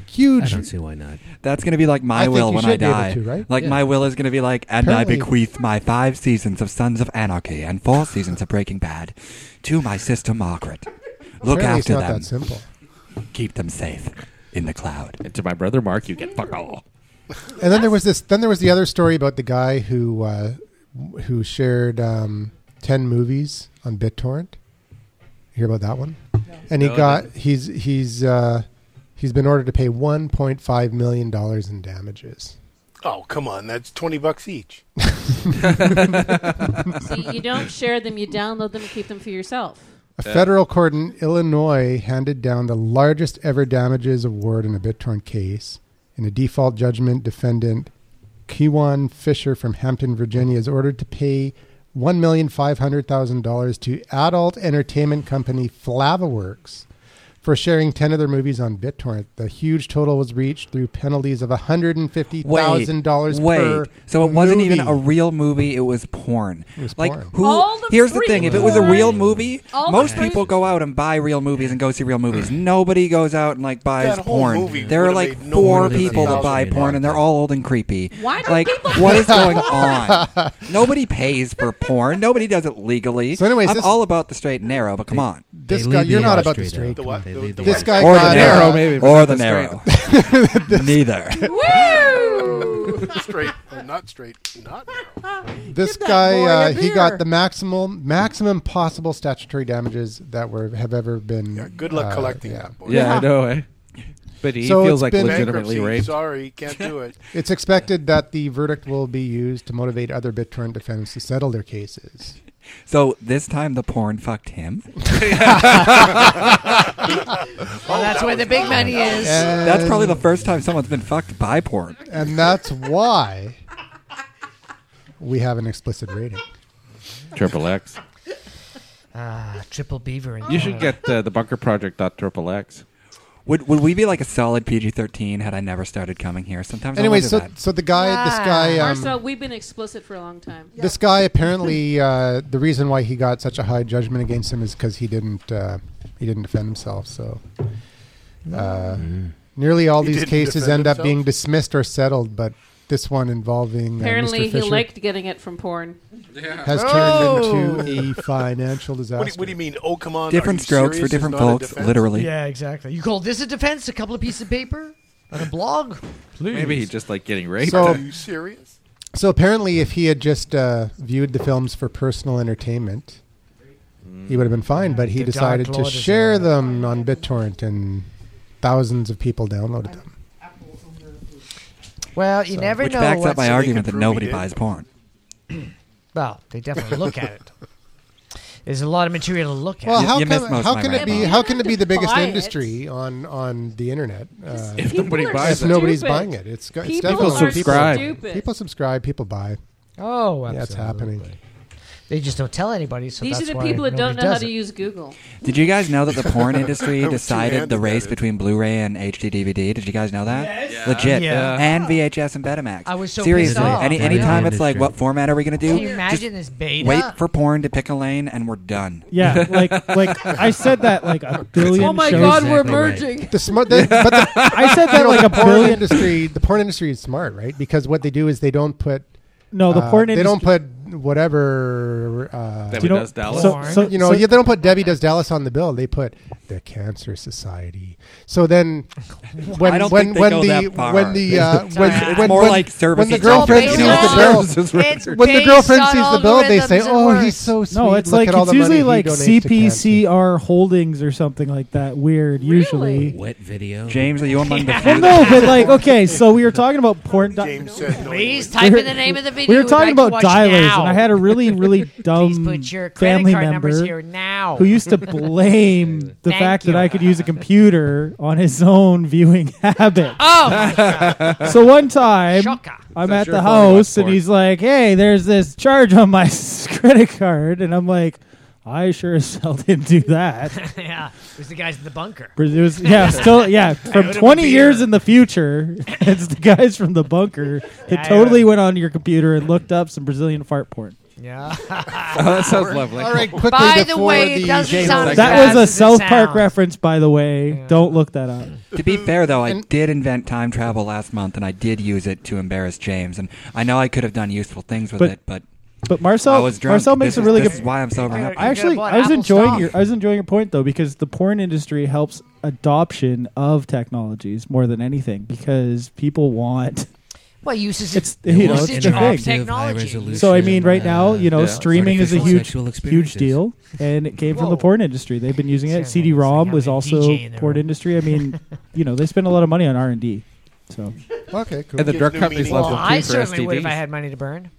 A: huge?
D: don't see why not.
E: That's going to be like
A: I
E: my
A: think
E: will
A: you
E: when
A: should
E: I
A: be able
E: die.
A: to, right?
E: Like
A: Yeah.
E: my will is going to be like, and
A: Apparently-
E: I bequeath my five seasons of Sons of Anarchy and four seasons of Breaking Bad to my sister Margaret. Look
A: apparently it's
E: after
A: not
E: them.
A: that simple.
E: Keep them safe in the cloud.
I: And to my brother Mark, you get fuck all.
A: And then there was this. Then there was the other story about the guy who uh, who shared um, ten movies on BitTorrent. Hear about that one? And he
I: No, I
A: got he's he's uh, he's been ordered to pay one point five million dollars in damages.
C: Oh, come on. That's 20 bucks each.
H: See, you don't share them. You download them and keep them for yourself.
A: A federal court in Illinois handed down the largest ever damages award in a BitTorrent case. In a default judgment, defendant Kewan Fisher from Hampton, Virginia, is ordered to pay $1,500,000 to adult entertainment company Flavaworks for sharing 10 of their movies on BitTorrent. The huge total was reached through penalties of $150,000
E: wait.
A: per
E: so it wasn't even
A: movie.
E: a real movie; it was porn.
A: It was
E: like
A: porn.
E: who?
H: All the
E: here's the
H: free
E: thing: if it was a real
H: porn.
E: movie,
H: All the
E: most
H: free-
E: people go out and buy real movies and go see real movies.
A: Mm.
E: Nobody goes out and like buys
C: That whole
E: porn.
C: movie
E: there are
C: would've
E: like
C: made no
E: four
D: more than
E: people that
D: $1,000
E: buy porn, and they're all old and creepy.
H: Why do
E: like,
H: people-
E: what is going on? Nobody pays for porn. Nobody does it legally.
A: So anyways,
E: I'm
A: this-
E: all about the straight and narrow, but come on.
A: This
D: They
A: guy,
D: lead the
A: you're not about the
D: industry, though.
A: straight.
C: The what?
D: They
C: The-
D: lead the
C: the
A: This guy
E: or the
A: got
E: narrow,
A: uh,
I: maybe, but
E: or
I: not
E: the
I: the
E: narrow. Neither.
H: Woo!
C: straight. Oh, not straight. Not narrow.
A: this
G: Give that
A: guy
G: boy
A: uh,
G: a
A: he
G: beer.
A: got the maximum maximum possible statutory damages that were have ever been
C: Yeah, good luck
A: uh,
C: collecting
A: yeah.
C: that, boy.
I: Yeah, I know. Eh? But he
A: So it's
I: feels like
A: been-
I: legitimately
C: Bankruptcy.
I: raped.
C: Sorry, can't do it.
A: it's expected that the verdict will be used to motivate other BitTorrent defendants to settle their cases
E: So this time the porn fucked him.
B: Well, that's where the big money is.
A: and,
E: That's probably the first time someone's been fucked by porn.
A: and that's why we have an explicit rating
I: Triple X.
B: Ah, triple beaver. And
I: You should get uh, the Bunker Project dot triple X.
E: Would would we be like a solid PG thirteen had I never started coming here? Sometimes.
A: anyway
E: I wonder
A: so
E: that.
A: so the guy this guy um,
H: Marcel, we've been explicit for a long time.
A: this guy apparently uh, the reason why he got such a high judgment against him is because he didn't uh, he didn't defend himself. So uh,
E: Mm.
A: nearly all
C: He
A: these
C: didn't
A: cases
C: defend
A: end up
C: himself?
A: being dismissed or settled, but this one involving uh,
H: Apparently,
A: Mr.
H: he
A: Fisher
H: liked getting it from porn.
A: has turned
H: Oh!
A: into a e, financial disaster.
C: What do, what do you mean? Oh, come on.
E: different
C: Are you
E: strokes for
C: serious?
E: different
C: It's not a
E: folks,
C: defense?
E: literally.
B: yeah, exactly. You call this a defense? A couple of pieces of paper and a blog? Please.
I: Maybe he just like getting raped.
A: So-
C: Are you serious?
A: So apparently, if he had just uh, viewed the films for personal entertainment, he would have been fine. But he
B: The dark
A: decided to
B: lord is
A: share
B: alive.
A: them on BitTorrent, and thousands of people downloaded them. Uh,
B: Well, you never
E: Which
B: know.
E: backs up
B: what's-
E: my
C: they
E: argument
C: can
E: that
C: prove he
E: nobody
C: did.
E: buys porn.
B: Well, they definitely look at it. There's a lot of material to look at.
A: Well,
E: You-
A: how
E: you missed
A: can
E: most
A: how
E: of my
A: can it
E: rant,
A: be
H: Bob.
A: how can it be
H: You have
A: the
H: to
A: biggest
H: buy it.
A: industry on on the internet uh,
I: If
H: People
I: nobody
H: are
I: buys
A: if
I: it.
A: nobody's
H: stupid.
A: buying it? It's, it's
H: People
A: definitely
I: are subscribe.
H: stupid.
A: People subscribe. People buy.
B: oh,
A: Yeah, it's
B: absolutely.
A: happening.
B: They just don't tell anybody. So
H: These
B: that's
H: are the
B: why
H: people that don't
B: nobody
H: know how
B: does
H: to
B: it.
H: use Google.
E: Did you guys know that the porn industry
C: was too
E: decided the
C: handed
E: race
C: at it.
E: between Blu-ray and HD DVD? Did you guys know that? Legit.
B: Yeah.
E: And VHS and Betamax.
B: I was so
E: Seriously.
B: pissed off.
E: Any
B: Yeah.
E: anytime it's like,
D: Industry.
E: what format are we gonna do?
B: Can you imagine this beta?
E: Just wait for porn to pick a lane, and we're done.
F: Yeah, like like I said that like a billion.
H: Oh my
F: shows.
H: God, we're
D: Exactly right.
H: merging.
A: The smart, the, but the,
F: I said
A: you
F: that
A: know,
F: like
A: the
F: a
A: porn
F: billion.
A: industry. The porn industry is smart, right? Because what they do is they don't put
F: No, the
A: uh,
F: porn
A: they
F: industry.
A: don't put whatever uh,
I: That
F: you know-
I: does Dallas.
F: So,
B: Porn.
F: so
A: you know,
F: so-
A: yeah, they don't put Debbie Does Dallas on the bill. They put the Cancer Society. So then, when
E: I don't
A: when
E: think they
A: when
E: go
A: the
E: that far.
A: when the uh, when,
B: It's
A: when
E: more
A: when,
E: like
A: when
E: services
A: the
E: and
A: girlfriend
B: all
A: sees
B: based
A: the
B: on-
A: bill.
I: Services
B: It's
A: When the
B: based
A: girlfriend
B: on
A: sees the bill, they say,
B: algorithms and
A: "Oh, he's
B: words."
A: so sweet."
F: no, it's
A: Look
F: like
A: at all
F: it's
A: the money
F: usually
A: he
F: like
A: donates to cancer."
F: CPCR Holdings or something like that. Weird, usually.
D: Wet video.
E: James, are you among the
F: Well,
E: few?
F: no, but like okay, so we were talking about porn. di-
C: James said no.
B: Please
C: he
B: type in the name of the video.
F: we were
B: we'd like
F: talking
B: to
F: about
B: watch
F: dialers,
B: now.
F: and I had a really really dumb
B: Please put your credit
F: family
B: card numbers
F: member
B: here now.
F: who used to blame the
B: Thank
F: fact
B: you.
F: that I could use a computer on his own viewing habit.
B: oh, my
F: So one time,
B: shocker.
F: I'm
I: That's
F: at
I: your
F: the
I: fault,
F: house and
I: Lockport.
F: he's like, "Hey, there's this charge on my credit card," and I'm like, "I sure as hell didn't do that."
B: yeah, it was the guys in the bunker.
F: It was yeah, still yeah. From
B: owed him a
F: 20 years
B: beer.
F: in the future, it's the guys from the bunker
B: Yeah,
F: that
B: I
F: totally
B: know.
F: went on your computer and looked up some Brazilian fart porn.
B: Yeah.
I: Oh, that sounds lovely.
A: All right, quickly
B: By the
A: before
B: way, it
A: the
B: doesn't
A: James
B: sound
A: Bond-
B: as
F: That
B: bad
F: was a
B: as it
F: South Park
B: sounds.
F: reference, by the way. Don't look that up.
E: to be fair, though, I did invent time travel last month, and I did use it to embarrass James. And I know I could have done useful things with
F: But-
E: it, but
F: But
E: I
F: Marcel,
E: was drunk.
F: Marcel makes
E: this
F: a
E: is-
F: really
E: this
F: good.
E: Is why I'm sobering up.
B: You're
F: I
B: gonna
F: actually,
B: blow an
F: I was
B: apple
F: enjoying
B: stock.
F: your, I was enjoying your point though, because the porn industry helps adoption of technologies more than anything, because people want.
B: Well, uses it.
F: It's you know
D: want
F: it's the
D: interactive,
F: thing.
B: Technology.
D: high-resolution,
F: So I mean, right now,
D: uh,
F: you know,
I: yeah.
F: streaming is a
D: artificial
F: huge,
D: sexual
F: huge
D: experiences.
F: deal, and it came from
B: Whoa.
F: the porn industry. They've been using it.
B: Sounds like it's
F: CD-ROM
B: like
F: was
B: having a
F: also
B: DJ in the
F: porn
B: room.
F: industry. I mean, you know, they spend a lot of money on R and D. So
A: Okay, cool.
I: And the
C: Gives
I: drug
C: new
I: companies
C: meaning.
I: love
B: well,
I: them too
B: I
I: for
B: certainly would
I: STDs.
B: if I had money to burn.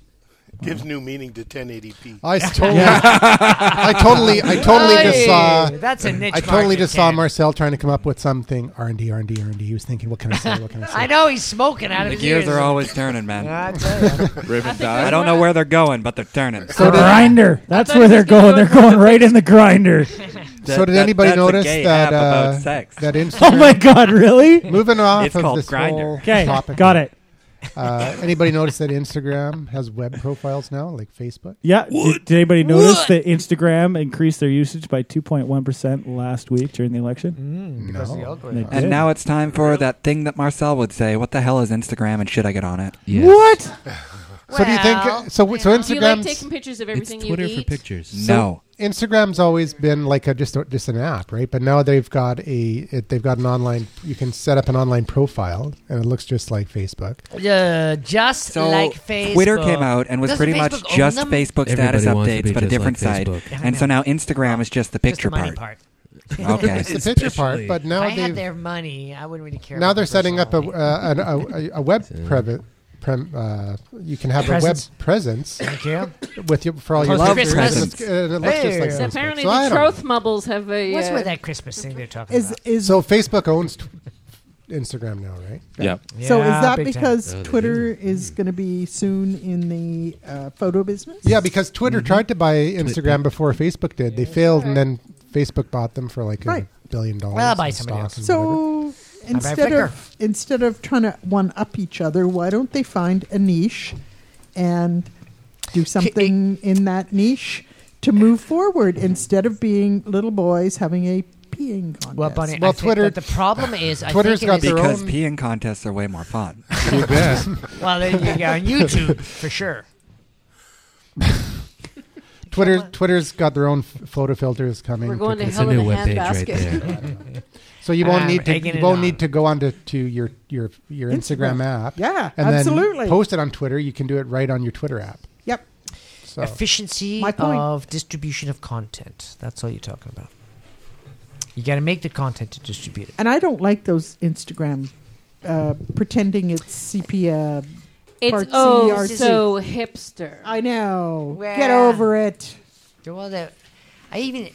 C: gives new meaning to 1080p.
A: I totally, I totally, I totally just
B: Hey,
A: saw.
B: That's a niche.
A: I totally
B: market,
A: just saw
B: Ken.
A: Marcel trying to come up with something R and D, R and D, R and D. He was thinking, what can I say? What can I say?
B: I know he's smoking out of
E: The
B: his
E: gears
B: ears.
E: are always turning,
B: I
E: man.
B: tell you.
I: Ribbon
E: I
I: dye.
E: don't know where they're going, but they're turning.
A: So did-
F: grinder. That's
H: thought
F: where
H: he
F: they're
H: was gonna
F: going.
H: go
F: They're
H: for the
F: going right in the grinder.
A: so did anybody notice that uh,
E: about sex?
A: that
F: Oh my
A: Instagram?
F: god, really?
A: Moving off
E: It's
A: of
E: called
A: this
E: Grindr.
A: whole
F: Okay,
A: topic,
F: got it.
A: Uh, anybody notice that Instagram has web profiles now, like Facebook?
F: Yeah. Did, did anybody notice that Instagram increased their usage by 2.1 percent last week during the election?
B: Mm, Because the
A: No.
B: algorithm.
F: They
E: and
F: did.
E: now it's time for that thing that Marcel would say. What the hell is Instagram and should I get on it?
D: Yes.
F: What?
A: So do you think? So so
H: Do you like
A: Instagram's
H: taking pictures of
D: It's
H: everything
D: Twitter
H: you
D: for
H: eat?
D: pictures.
E: No.
A: Instagram's always been like a just a, just an app, right? But now they've got a it, they've got an online. You can set up an online profile, and it looks just like Facebook. uh,
B: Yeah, just
E: So
B: like Facebook.
E: Twitter came out and was
B: Doesn't
E: pretty
B: Facebook
E: much
B: own
E: just
B: them?
E: Facebook status
D: Everybody wants to be
E: updates, but a
D: just
E: different
D: like
E: side.
D: Facebook.
B: I
E: And so
B: know. Oh,
E: now Instagram is just the
B: Just
E: picture
B: the money
E: part.
B: part.
E: Okay.
A: It's the picture part,
D: Especially-
A: but
B: If
A: now
B: I had
A: they
B: their money, I wouldn't really care.
A: now
B: about
A: they're
B: the
A: setting up a
B: personal life.
A: uh, an, a, a- a web private. Prem, uh, you can have
B: Presence.
A: a web presence
B: Thank you.
A: with your, for all your
B: Love
A: users,
E: presence.
A: and it looks
B: Hey.
A: just
H: So
A: like Facebook.
H: apparently
A: So I
H: the
A: don't
H: troth mubbles have a.
B: What's
H: uh,
B: with that Christmas thing they're talking
K: Is
B: about?
A: know.
K: is
A: So Facebook owns t- Instagram now, right?
I: Yep.
K: so? Is
B: Yeah,
K: that
B: big time.
K: because
D: Oh, they do.
K: Twitter is going to be soon in the uh, photo business?
A: Yeah, because
C: Mm-hmm.
D: Mm-hmm.
A: Twitter tried to buy Instagram before Facebook did. They failed, and then Facebook bought them for like
K: Right.
A: a billion dollars.
B: Well, buy
A: in
B: somebody
A: stock
B: else.
A: and whatever.
K: So instead
B: Flickr.
K: of instead of trying to one up each other, why don't they find a niche and do something in that niche to move forward instead of being little boys having a peeing contest?
B: Well, Bunny,
A: Well,
B: I
A: Twitter-
B: think that the problem is, I
A: Twitter's
B: think
A: got
B: it
A: their
B: is-
E: Because
A: own-
E: peeing contests are way more fun.
B: well, there you go, on YouTube for sure.
A: Twitter Twitter's got their own f- photo filters coming.
H: We're going to
A: because-
D: It's a
H: hell in
D: new
H: a
D: web page right
H: handbasket.
D: there.
A: so you won't
B: I'm
A: need to
B: egging
A: you
B: it
A: won't
B: on.
A: need to go onto to your your your Instagram,
K: Instagram.
A: app.
K: Yeah,
A: and
K: absolutely.
A: then post it on Twitter. You can do it right on your Twitter app.
K: Yep.
A: So
B: Efficiency
K: My point.
B: of distribution of content. That's all you're talking about. You got to make the content to distribute it.
K: And I don't like those Instagram uh, pretending it's sepia. Part
H: It's
K: C,
H: oh
A: E
K: RC.
H: so hipster.
K: I know.
B: Well-
K: Get over it.
B: Well, that I even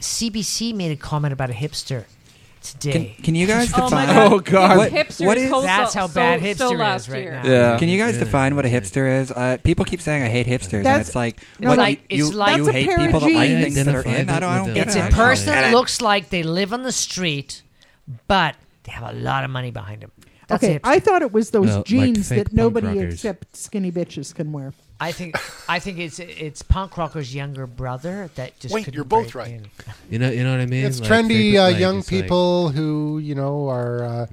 B: CBC made a comment about a hipster today.
E: Can you guys
B: Oh
E: define?
B: my God. Oh, God.
E: What,
B: Hipsters
E: what is?
B: whole That's so- how bad so- hipster so is last right year. now.
E: Yeah.
B: Yeah.
E: Can you guys
B: Yeah.
E: define what a hipster is? Uh, people keep saying I hate hipsters, and
B: That's-
E: it's like,
B: No,
E: what,
B: like,
E: you, you,
B: it's like-
E: you
B: That's a
E: hate
B: pair of
E: people that like
B: jeans.
E: things that are
D: Identify
E: in. I
D: that
E: don't, I
D: with
E: don't
D: the-
E: get
B: It's
E: it.
B: a person that looks like they live on the street, but they have a lot of money behind them. That's
K: okay,
B: it.
K: I thought it was those
B: Well, like
K: jeans
B: fake
K: that
B: punk
K: nobody
B: rockers.
K: except skinny bitches can wear.
B: I think I think it's it's punk rocker's younger brother that just
C: Wait,
B: couldn't
C: you're both
B: break
C: right.
B: in.
D: You know, you know what I mean.
A: It's
D: Like,
A: trendy
D: frequent-
A: uh,
D: like,
A: young
D: it's like-
A: people who you know are. Uh,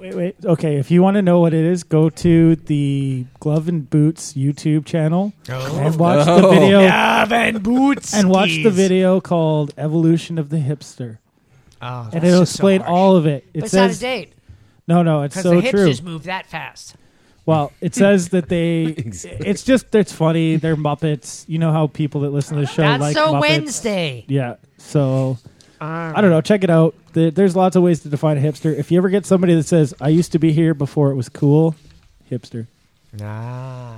F: Wait, wait. Okay, if you want to know what it is, go to the Glove and Boots YouTube channel and watch the
J: Oh.
F: video.
J: Glove and Boots
F: And watch the
J: skis.
F: video called "Evolution of the Hipster,"
J: Ah,
B: Oh,
F: and
B: that's
F: it'll
B: just so
F: explain
B: harsh.
F: all of it. It
B: But it's
F: says,
B: out of date.
F: No, no, it's
B: Because
F: so
B: the
F: true.
B: hipsters move that fast.
F: Well, it says that they. It's just it's funny. They're Muppets. You know how people that listen to the show
B: That's
F: like
B: so
F: Muppets.
B: Wednesday.
F: Yeah. So
B: Alright.
F: I don't know. Check it out. There- There's lots of ways to define a hipster. If you ever get somebody that says, "I used to be here before it was cool," hipster.
B: Ah.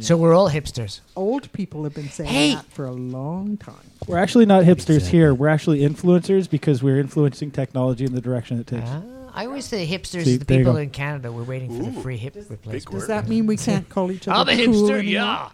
B: So we're all hipsters.
K: Old people have been saying
B: Hey.
K: that for a long time.
F: We're actually not hipsters here. We're actually influencers because we're influencing technology in the direction it takes.
B: I always say hipsters
F: See,
B: are the
F: there you
B: people
F: go.
B: in Canada. We're waiting for the free hip replacement.
K: Does that mean we can't call each
B: I'm
K: other
B: a
K: cool
B: hipster,
K: anymore?
B: yeah.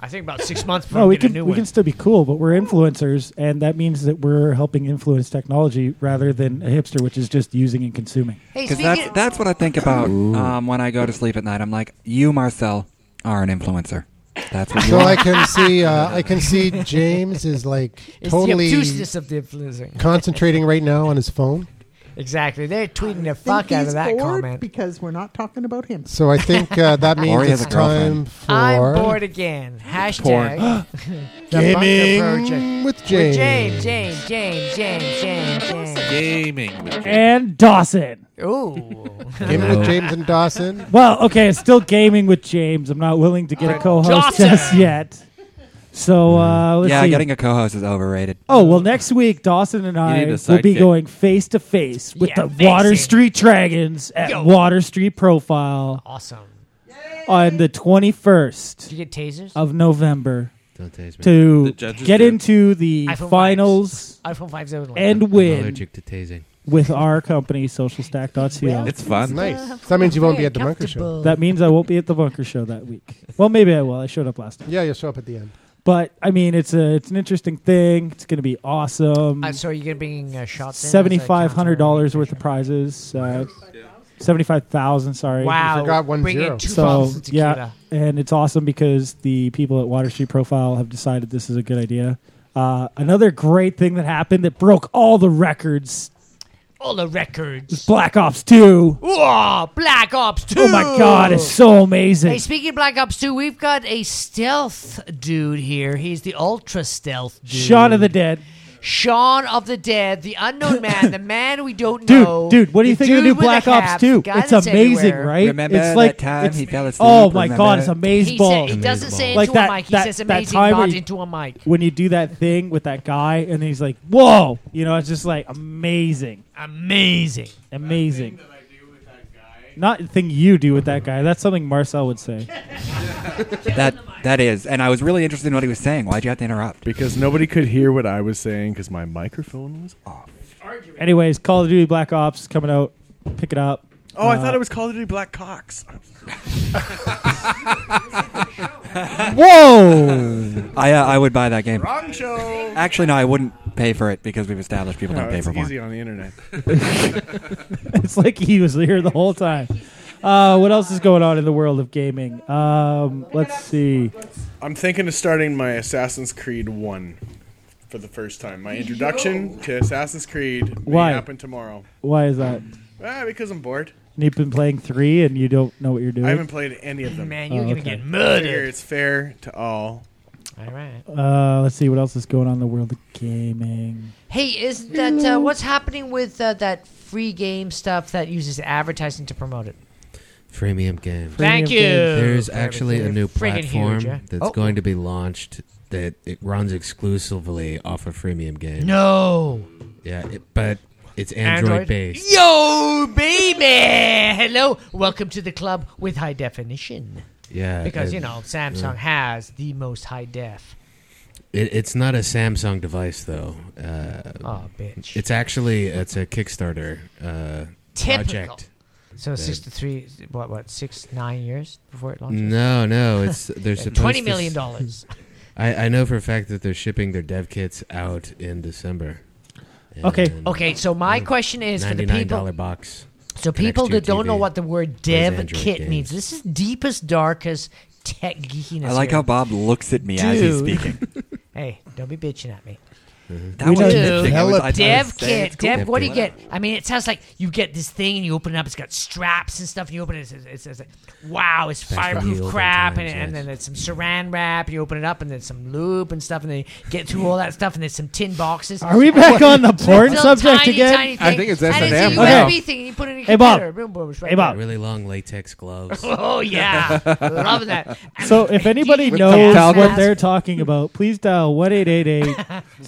B: I think about six months before
F: No,
B: we
F: we
B: get
F: can
B: a new
F: we
B: one.
F: can still be cool, but we're influencers, and that means that we're helping influence technology rather than a hipster, which is just using and consuming.
B: Hey,
E: Because
B: speaking
E: that's
B: of-
E: that's what I think about um, when I go to sleep at night. I'm like, you, Marcel, are an influencer. That's what you
A: so
E: are.
A: I can see. Uh, I can see James is like
B: It's
A: totally
B: the obtuseness of the influencer.
A: concentrating right now on his phone.
B: Exactly. They're tweeting the
K: Think
B: fuck out
K: he's
B: of that
K: bored
B: comment.
K: because we're not talking about him.
A: So I think uh, that
E: Or
A: means
E: he has
A: it's
E: a girlfriend.
A: time for
B: I'm bored again. Hashtag the Bunker
A: gaming
B: Project.
A: with
B: With
A: James.
B: James, James, James, James, James, James.
I: Gaming.
F: And Dawson.
B: Ooh.
A: Gaming with James and Dawson.
F: Well, okay, it's still gaming with James. I'm not willing to get a co-host
B: Dawson!
F: just yet. So uh, let's
E: yeah,
F: see.
E: getting a co-host is overrated.
F: Oh well, next week Dawson and
I: need
F: I
I: a
F: will be
I: sidekick.
F: going face to face with
B: Yeah,
F: the Water
B: facing.
F: Street Dragons at
B: Yo.
F: Water Street Profile
B: Awesome.
F: on the 21st
B: Did you get tasers?
F: of November
D: Don't taste me.
F: to
I: The judges
F: get
I: do.
F: into the
B: iPhone
F: finals
B: iPhone 5s only.
F: and
D: I'm
F: win
D: allergic to tasing.
F: with our company socialstack.co.
I: It's fun.
A: Nice. So that means you won't be at the bunker show.
B: uh, Comfortable.
F: That means I won't be at the bunker show that week. Well, maybe I will. I showed up last time.
A: Yeah, you'll show up at the end.
F: But I mean, it's a it's an interesting thing. It's going to be awesome.
B: I'm sorry, you're bringing uh, shots in?
F: Seventy five hundred dollars worth of prizes. Uh, Seventy five thousand. Sorry.
B: Wow.
A: forgot one
B: Bring
A: zero.
B: in two
F: So
B: bottles of tequila.
F: yeah, and it's awesome because the people at Water Street Profile have decided this is a good idea. Uh, another great thing that happened that broke all the records
B: All the
F: is
B: records.
F: Black Ops Two.
B: Whoa, Black Ops 2.
F: Oh my God, it's so
B: Hey,
F: amazing.
B: speaking of Black Ops 2, we've got a stealth dude here. He's the ultra stealth dude.
F: Shaun of the Dead.
B: Shaun of the Dead, the unknown man, the man we don't
F: Dude,
B: know.
F: dude, what do you think of the
B: dude
F: new
B: with
F: Black Ops
B: hat,
F: 2?
B: guy
F: It's
B: that's
F: amazing,
B: everywhere.
F: right?
E: Remember
F: it's
E: that
F: like
E: time
F: it's-
E: he fell asleep?
F: Oh my
E: Remember?
F: God, it's amazing
B: He, said, he
F: balls.
B: doesn't say
F: Like
B: into
F: that-
B: a mic. He
F: that-
B: says
F: that
B: amazing,
F: time where
B: not
F: you-
B: into a mic.
F: When you do that thing with that guy, and he's like, "Whoa!" You know, it's just like amazing,
B: Amazing.
F: amazing. Not the thing you do with that guy. That's something Marcel would say.
E: That that is, and I was really interested in what he was saying. Why'd you have to interrupt?
J: Because nobody could hear what I was saying because my microphone was off.
F: Anyways, Call of Duty Black Ops coming out. Pick it up.
J: Oh,
B: Uh,
J: I thought it was Call of Duty Black Cox.
F: Whoa!
E: I uh, I would buy that game.
J: Wrong show.
E: Actually, no, I wouldn't pay for it because we've established people
J: No,
E: don't pay
J: it's
E: for porn.
J: Oh, easy on the internet.
F: it's like he was here the whole time. Uh, what else is going on in the world of gaming? Um, let's see.
J: I'm thinking of starting my Assassin's Creed 1 for the first time. My introduction to Assassin's Creed may
F: Why?
J: happen tomorrow.
F: Why is that?
J: Ah, because I'm bored.
F: You've been playing three, and you don't know what you're
J: I
F: doing.
J: haven't played any of them.
B: Man, you're
F: Oh,
B: going to
F: okay.
B: get
J: I figure
B: murdered.
J: it's fair to all.
B: All right.
F: Uh, let's see what else is going on in the world of gaming.
B: Hey, isn't that
D: Mm.
B: uh, what's happening with uh, that free game stuff that uses advertising to promote it?
D: Freemium game.
B: Thank
F: Premium
B: you.
F: games.
D: There's
B: Premium
D: actually a
B: games.
D: new
B: Friggin' huge,
D: platform
B: yeah.
D: that's
B: Oh.
D: going to be launched that it runs exclusively off of freemium games.
B: No.
D: Yeah, it, but it's Android, based.
B: Yo, baby. Hello. Welcome to the club with high definition.
D: Yeah,
B: Because,
D: it-
B: you know, Samsung has the most high def.
D: It, it's not a Samsung device though. Uh,
B: Aw, bitch.
D: It's actually it's a Kickstarter uh,
B: Typical.
D: project.
B: So
D: Uh,
B: six to three, what, what, six, nine years before it launches?
D: No, no, it's they're
B: And
D: supposed
B: twenty
D: to
B: million
D: s-
B: dollars.
D: I, I know for a fact that they're shipping their dev kits out in December.
F: Okay.
D: And
B: Okay, so my question is for the
D: Ninety-nine
B: people.
D: dollar box.
B: So
D: connects
B: people
D: to your
B: that don't know
D: TV.
B: what the word
D: Plays
B: dev
D: Android
B: kit
D: games.
B: means. This is deepest, darkest tech geekiness.
E: I like
B: here.
E: how Bob looks at me as he's
B: Dude.
E: speaking.
B: Hey, don't be bitching at me.
D: Mm-hmm.
E: That was
B: Dude.
E: nitpicking. I was- I- I was
B: Dev
E: saying
B: kit,
E: it's cool.
B: dev. What do you get? I mean, it sounds like you get this thing and you open it up. It's got straps and stuff. And you open it, it's, it's, it's like, wow, it's
D: Back in the
B: fireproof
D: olden
B: crap, and,
D: times,
B: and
D: yes.
B: then it's some Saran wrap. You open it up, and then some lube and stuff, and then you get through all that stuff, and there's some tin boxes.
F: Are we back on the porn
B: Little
F: subject
B: tiny,
F: again?
B: tiny
I: I
B: thing.
I: think it's
B: And
I: S&M
B: a
F: now.
B: USB thing. You put it in your
F: Hey, Bob.
B: computer. Boom, boom, it's right
F: Hey, Bob.
D: Really long latex gloves.
B: Oh yeah, loving that.
F: So if anybody
I: With
F: knows
I: the
F: what
I: Falcon.
F: they're talking about, please dial one eight eight eight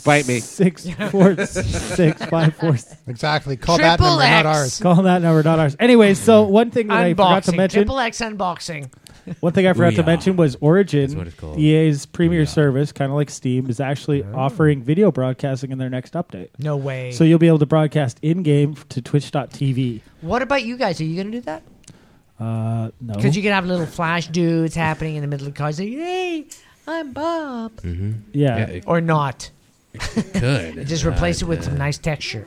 I: Bite me.
F: six four six five four.
A: Exactly. Call that
B: Triple
A: number, not
B: X.
A: ours.
F: Call that number, not ours. Anyway, so one thing that I forgot to
B: unboxing,
F: mention,
B: triple X unboxing.
F: one thing I forgot to
D: Booyah.
F: mention was
D: That's what
F: Origin,
D: it's called.
F: EA's premier
D: Booyah.
F: service, kind of like Steam, is actually offering video broadcasting in their next update.
B: Oh. No way.
F: So you'll be able to broadcast in game to Twitch.tv.
B: what about you guys? Are you going to do that?
F: Uh, no,
B: Because you can have little flash dudes happening in the middle of cars. Like, hey, I'm Bob.
D: Mm-hmm.
F: yeah.
D: Yeah, it
B: Or not.
D: could.
B: Just
D: Uh,
B: replace it with some nice texture.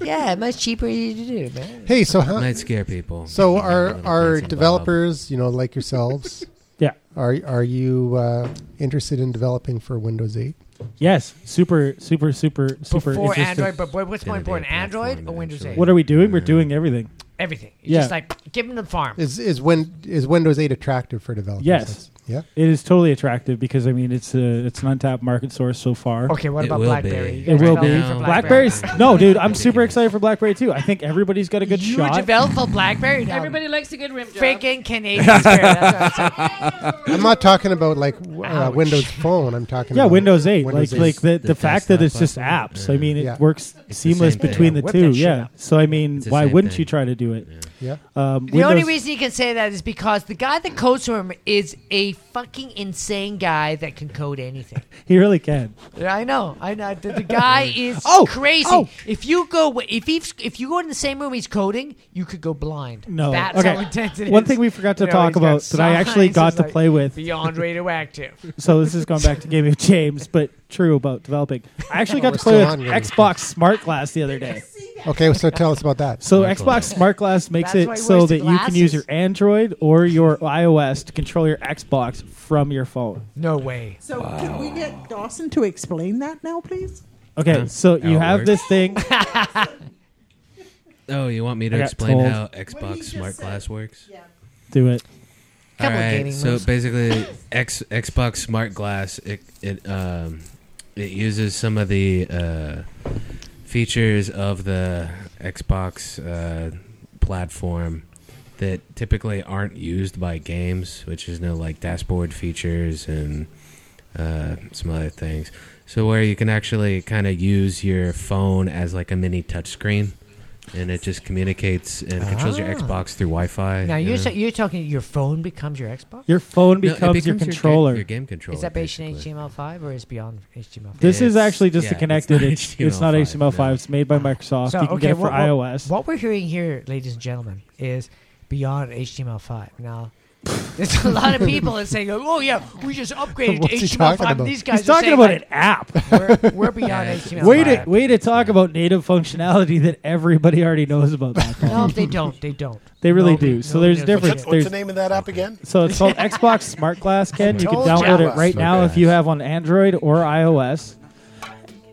B: yeah, much cheaper to do, man.
A: Hey, so how,
D: Might scare people.
A: so
D: Little
A: are
D: Dancing
A: are
D: Bob.
A: developers, you know, like yourselves,
F: yeah,
A: are are you uh, interested in developing for Windows 8?
F: yes, super, super, super, super.
B: Before
F: interesting.
B: Android, but what- what's more
D: Gonna be
B: important,
D: a platform
B: Android or
D: eventually.
B: Windows 8?
F: what are we doing? We're doing everything.
B: Everything. It's
F: Yeah.
B: Just like give them to the farm.
A: Is is when is Windows 8 attractive for developers?
F: Yes.
A: Yeah.
F: It is totally attractive because I mean it's a it's an untapped market source so far.
B: Okay, what
D: It
B: about
D: will
B: BlackBerry?
D: be.
B: You
F: It
B: guys
F: will be
D: No.
B: developing for BlackBerry?
F: BlackBerry's no, dude. I'm super excited for BlackBerry too. I think everybody's got a good
B: You
F: shot.
B: develop for BlackBerry. Now.
H: Everybody likes a good rim job.
B: freaking Canadian. That's what I'm saying.
A: I'm not talking about like w- uh,
B: Ouch.
A: Windows Phone. I'm talking
F: yeah,
A: about
F: Windows 8.
A: Windows
F: like like the, the,
D: The
F: fact that
D: desktop
F: it's just
D: platform?
F: apps. I mean, it
A: Yeah.
F: works
D: the
F: seamless
D: same thing.
F: between the
B: Whip that
F: two.
B: shit
F: Yeah.
B: up.
F: So I mean,
D: It's the
F: why
D: same
F: wouldn't
D: thing.
F: you try to do it?
A: Yeah.
F: Um,
B: The only
F: Windows-
B: reason you can say that is because the guy that codes for him is a fucking insane guy that can code anything.
F: he really can.
B: Yeah, I know. I know. The, the guy is
F: Oh,
B: crazy.
F: oh.
B: If you go, if he's, if you go in the same room he's coding, you could go blind.
F: No.
B: that's
F: Okay.
B: how intense it is.
F: One thing we forgot to
B: You know,
F: talk
B: he's got
F: about that I actually
B: signs,
F: got
B: it's
F: to
B: like
F: play with.
B: beyond radioactive.
F: So this is going back to Game of James, but true about developing. I actually got
A: We're
F: to play
A: still
F: with
A: on Game of
F: Xbox Smart Glass the other day.
A: Okay, so tell us about that.
F: So
D: Smart
F: Xbox
D: Glass.
F: Smart Glass makes
B: That's why
F: it
B: he
F: so
B: wears the
F: that you can use your
B: glasses.
F: Android or your iOS to control your Xbox from your phone.
B: No way.
K: So can we get Dawson to explain that now, please?
F: Okay,
D: Huh?
F: so you
D: How it
F: have
D: works.
F: this thing.
D: Oh, you want me to
F: I got
D: explain
F: told.
D: how
K: What he
D: Xbox
K: just
D: Smart
K: said.
D: Glass works?
F: Do it.
B: Couple of gaming
D: so
B: moves.
D: basically, X, Xbox Smart Glass it it um, it uses some of the uh, features of the Xbox uh, platform that typically aren't used by games, which is no like dashboard features and uh, some other things. So where you can actually kind of use your phone as like a mini touchscreen, and it just communicates and controls your
B: Ah.
D: Xbox through Wi-Fi.
B: Now
D: you
B: you're
D: know?
B: so, you're talking your phone becomes your Xbox.
F: Your phone
D: No, it
F: becomes, your
D: ga-
F: controller.
D: Your, game controller.
B: Is that based in
D: basically.
B: HTML5 or is beyond HTML5?
F: this is
D: It's-
F: actually just
D: yeah,
F: a connected. It's it's, not HTML5.
D: no.
F: It's made by Microsoft. you can get it for
B: what, what-
F: iOS.
B: What we're hearing here, ladies and gentlemen, is beyond HTML5. Now, there's a lot of people that say, "Oh yeah, we just upgraded
A: What's
B: to
A: he talking
B: HTML5."
A: about?
B: And these guys
F: He's
B: are
F: talking
B: saying,
F: about an app.
B: like, We're, we're beyond HTML5.
F: Way to way to talk about native functionality that everybody already knows about. That
B: No, they don't. They don't.
F: They really
B: No,
F: do.
B: no,
F: So there's
B: no,
C: What's,
F: difference.
C: that- what's the
F: There's-
C: name of that app again?
F: So it's called Xbox Smart Glass, Ken. You can
B: Told
F: download
B: ya.
F: it right now if you have on Android or iOS.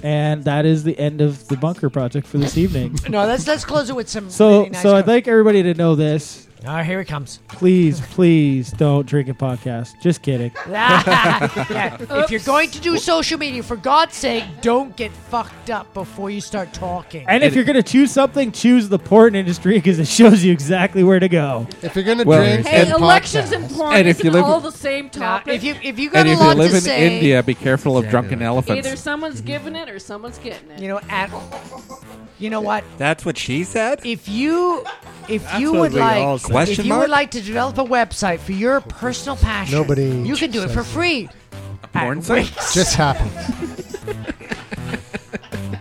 F: And that is the end of the bunker project for this evening.
B: No, let's let's close it with some.
F: So,
B: really nice
F: so I'd
B: quote.
F: like everybody to know this.
B: All right, here it comes.
F: Please, please don't drink a podcast. Just kidding.
B: Yeah, If you're going to do social media, for God's sake, don't get fucked up before you start talking.
F: And if you're gonna choose something, choose the porn industry because it shows you exactly where to go.
A: If you're going to
I: Well,
A: drink
H: Hey,
A: and
H: elections
A: podcast,
H: and porn
I: And if
H: isn't
I: you live
H: all
I: in-
H: the same
B: Now,
H: topic.
B: if you if you got
I: And
B: a
I: if
B: lot
I: you live
B: to
I: in
B: say,
I: India, be careful of
D: Exactly.
I: drunken elephants.
H: Either someone's giving it or someone's getting it.
B: you know, at, you know what?
E: That's what she said.
B: if you if you
J: what
B: would
J: we all
B: like
J: said.
B: if
E: Question
B: you would
E: mark?
B: like to develop a website for your personal passion
A: Nobody
B: you can do it for
A: says
B: free
I: porn site?
A: Just happened.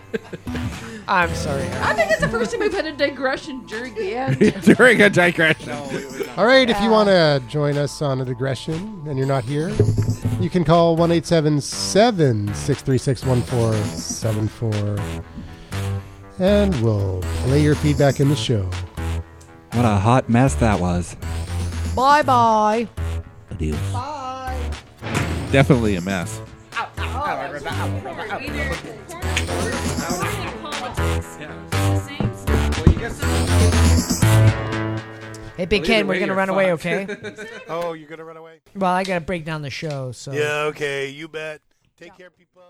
B: I'm sorry.
H: I think it's the first time we've had a digression during the end.
I: During a digression.
A: All right, if you want to join us on a digression and you're not here, you can call 1 877 636 1474 and we'll play your feedback in the show.
E: What a hot mess that was.
B: Bye bye.
E: Adios.
I: Definitely a mess.
B: Hey, Big Ken, we're going to run away, okay?
C: oh, you're gonna run away.
B: Well, I got to break down the show, so.
C: Yeah. Okay. You bet. Take care, people.